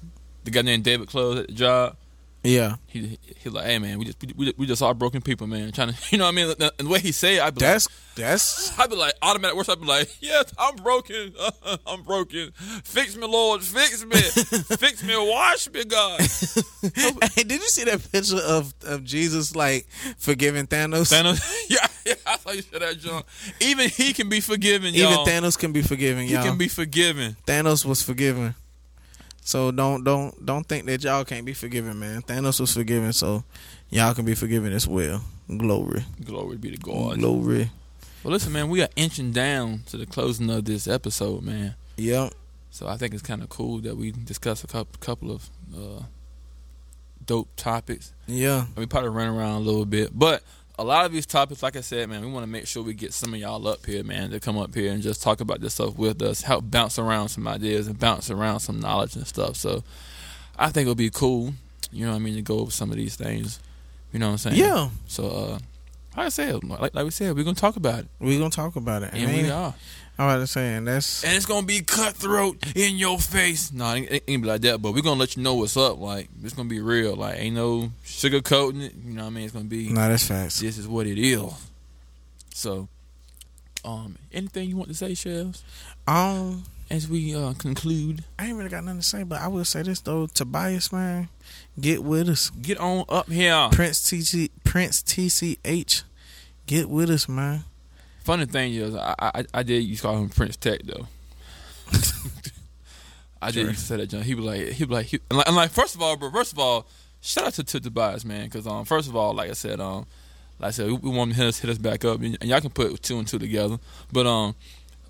[SPEAKER 2] the guy named David Close at the job.
[SPEAKER 1] Yeah,
[SPEAKER 2] He he, like, hey man, we just we, we just all broken people, man. Trying to, you know what I mean? And the way he say, it, I be
[SPEAKER 1] that's that's
[SPEAKER 2] I'd be like automatic worship. I'd be like, yes, I'm broken. I'm broken. Fix me, Lord. Fix me. Fix me. Wash me, God.
[SPEAKER 1] hey, did you see that picture of, of Jesus like forgiving Thanos?
[SPEAKER 2] Thanos. yeah, yeah. I saw you said that, John. Even he can be forgiven,
[SPEAKER 1] Even
[SPEAKER 2] y'all.
[SPEAKER 1] Thanos can be forgiven,
[SPEAKER 2] he
[SPEAKER 1] y'all.
[SPEAKER 2] can be forgiven.
[SPEAKER 1] Thanos was forgiven. So don't don't don't think that y'all can't be forgiven, man. Thanos was forgiven, so y'all can be forgiven as well. Glory,
[SPEAKER 2] Glory be to God.
[SPEAKER 1] glory.
[SPEAKER 2] Well, listen, man, we are inching down to the closing of this episode, man.
[SPEAKER 1] Yep.
[SPEAKER 2] So I think it's kind of cool that we discuss a couple couple of uh, dope topics.
[SPEAKER 1] Yeah,
[SPEAKER 2] we probably run around a little bit, but a lot of these topics, like I said, man, we want to make sure we get some of y'all up here, man, to come up here and just talk about this stuff with us, help bounce around some ideas and bounce around some knowledge and stuff. So I think it'll be cool, you know what I mean, to go over some of these things. You know what I'm saying?
[SPEAKER 1] yeah.
[SPEAKER 2] So, uh, like I said, like, like we said, we're gonna talk about it,
[SPEAKER 1] We gonna talk about it.
[SPEAKER 2] and
[SPEAKER 1] man.
[SPEAKER 2] we are,
[SPEAKER 1] I'm about to say, and that's
[SPEAKER 2] and it's gonna be cutthroat in your face. No, it ain't, it ain't be like that, but we're gonna let you know what's up. Like it's gonna be real. Like ain't no sugarcoating it. You know what I mean? It's gonna be
[SPEAKER 1] nah, that's facts.
[SPEAKER 2] this is what it is. So, um, anything you want to say, Shells,
[SPEAKER 1] Um,
[SPEAKER 2] as we uh, conclude?
[SPEAKER 1] I ain't really got nothing to say, but I will say this though, Tobias man, get with us.
[SPEAKER 2] Get on up here.
[SPEAKER 1] Prince TC Prince TCH, get with us, man.
[SPEAKER 2] Funny thing is, I I, I did used to call him Prince Tech though. I did
[SPEAKER 1] Sure.
[SPEAKER 2] used to say that, John. He be like, he be like, he, and like, and like, first of all, bro, first of all, shout out to, to Tobias, man, because um, first of all, like I said, um, like I said, we, we want him to hit us, hit us back up, and, and y'all can put two and two together, but um.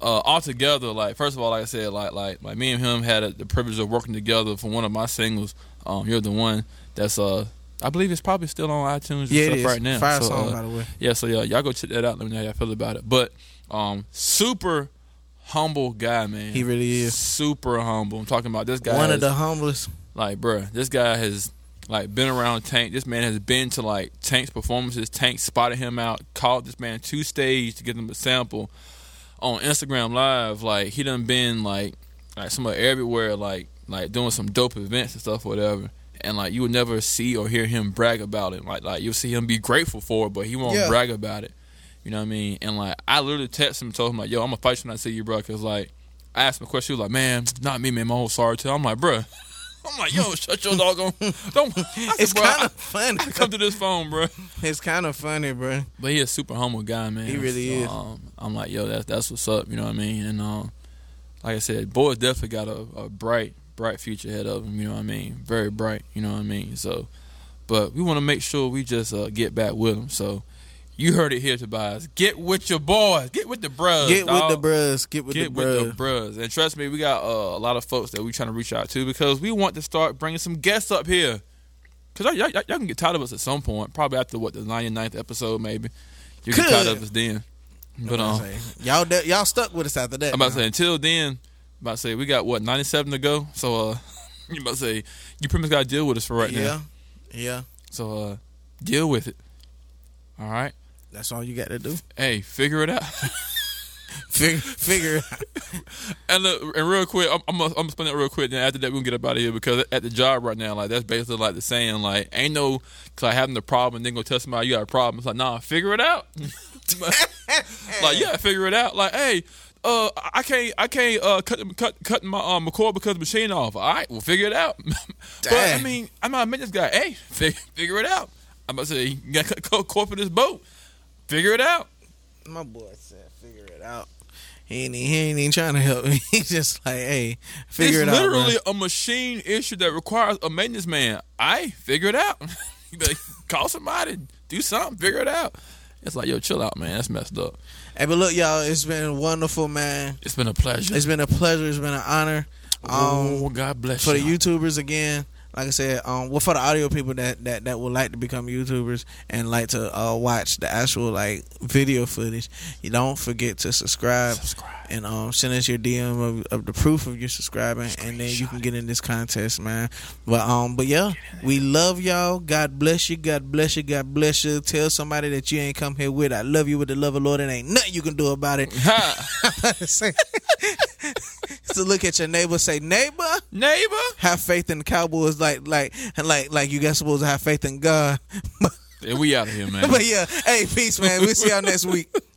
[SPEAKER 2] Uh, all together, like first of all, like I said, like like like me and him had a, the privilege of working together for one of my singles. Um, you're the one that's uh, I believe it's probably still on iTunes and
[SPEAKER 1] Yeah,
[SPEAKER 2] stuff
[SPEAKER 1] it is.
[SPEAKER 2] right now.
[SPEAKER 1] Fire
[SPEAKER 2] So,
[SPEAKER 1] song,
[SPEAKER 2] uh,
[SPEAKER 1] by the way.
[SPEAKER 2] yeah, so yeah, y'all go check that out. Let me know how y'all feel about it. But um, super humble guy, man.
[SPEAKER 1] He really is.
[SPEAKER 2] super humble. I'm talking about this guy.
[SPEAKER 1] One of
[SPEAKER 2] is-
[SPEAKER 1] the humblest.
[SPEAKER 2] like, bruh, this guy has like been around Tank. This man has been to like Tank's performances. Tank spotted him out, called this man two stage to give him a sample on Instagram Live. Like he done been like like somewhere everywhere, like like doing some dope events and stuff, whatever. And like you would never see or hear him brag about it. Like like you'll see him be grateful for it, but he won't
[SPEAKER 1] Yeah.
[SPEAKER 2] brag about it. You know what I mean? And like I literally text him, told him like, "Yo, I'm gonna fight you when I see you, bro." Cause like I asked him a question, he was like, "Man, not me, man. My whole sorry tale." I'm like, "Bruh." I'm like, "Yo, shut your dog on." Don't. I
[SPEAKER 1] It's
[SPEAKER 2] said, "Bruh,
[SPEAKER 1] kind of funny.
[SPEAKER 2] I- come to this phone, bro.
[SPEAKER 1] It's kind of funny, bro.
[SPEAKER 2] But he a super humble guy, man.
[SPEAKER 1] He really is.
[SPEAKER 2] Um, I'm like, yo, that's that's what's up. You know what I mean? And um, like I said, boys definitely got a, a bright, bright future ahead of him. You know what I mean? Very bright. You know what I mean? So, but we want to make sure we just uh, get back with him. So, you heard it here, Tobias. Get with your boys. Get with the bros.
[SPEAKER 1] Get with
[SPEAKER 2] dawg.
[SPEAKER 1] the bros. Get with
[SPEAKER 2] Get
[SPEAKER 1] the
[SPEAKER 2] with
[SPEAKER 1] bros.
[SPEAKER 2] the bros. And trust me, we got uh, a lot of folks that we trying to reach out to because we want to start bringing some guests up here. Because y'all, y'all, y'all can get tired of us at some point. Probably after, what, the 99th episode, maybe. You'll get
[SPEAKER 1] Could.
[SPEAKER 2] tired of us then. But um, I'm
[SPEAKER 1] y'all, de- y'all stuck with us after that.
[SPEAKER 2] about to
[SPEAKER 1] now.
[SPEAKER 2] say, until then, I'm about to say, we got, what, 97 to go? So, uh, you about to say, you pretty much got to deal with us for right
[SPEAKER 1] yeah,
[SPEAKER 2] now.
[SPEAKER 1] yeah.
[SPEAKER 2] So, uh, deal with it. All right?
[SPEAKER 1] That's all you got to do.
[SPEAKER 2] Hey, figure it out.
[SPEAKER 1] Figure, figure. it out.
[SPEAKER 2] And look, and real quick, I'm I'm gonna, I'm gonna spin it real quick. Then after that, we gonna get up out of here because at the job right now, like that's basically like the saying, like ain't no like having the problem, and then go tell somebody you got a problem. It's like nah, figure it out. like yeah, figure it out. Like hey, uh, I can't I can't uh cut cut cut my um my cord because the machine off. All right, we'll figure it out. but I
[SPEAKER 1] Dang.
[SPEAKER 2] mean, I'm not admit this guy. Hey, fig- figure it out. I'm about to say you got cut cord for this boat. Figure it out.
[SPEAKER 1] My boy said, "Figure it out." He ain't, he ain't even trying to help me. He's just like, hey, figure
[SPEAKER 2] it's
[SPEAKER 1] it out. bro.
[SPEAKER 2] literally a machine issue that requires a maintenance man. I figure it out. like, call somebody, do something, figure it out. It's like, yo, chill out, man. That's messed up.
[SPEAKER 1] Hey, but look, y'all, it's been wonderful, man.
[SPEAKER 2] It's been a pleasure.
[SPEAKER 1] It's um, been a pleasure. It's been an honor. Um,
[SPEAKER 2] oh, God bless
[SPEAKER 1] for the
[SPEAKER 2] y'all.
[SPEAKER 1] YouTubers again. Like I said, um, well, for the audio people that, that, that would like to become YouTubers and like to uh, watch the actual like video footage, you don't forget to subscribe,
[SPEAKER 2] Subscribe.
[SPEAKER 1] and um, send us your DM of, of the proof of you subscribing, and then you can get in this contest, man. But um, but yeah, we love y'all. God bless you. God bless you. God bless you. Tell somebody that you ain't come here with. I love you with the love of the Lord, and ain't nothing you can do about it.
[SPEAKER 2] Ha.
[SPEAKER 1] Say- to look at your neighbor, say neighbor
[SPEAKER 2] Neighbor.
[SPEAKER 1] have faith in the Cowboys like like and like like you guys supposed to have faith in God.
[SPEAKER 2] Yeah, we out of here, man.
[SPEAKER 1] but yeah, hey, peace, man. We'll see y'all next week.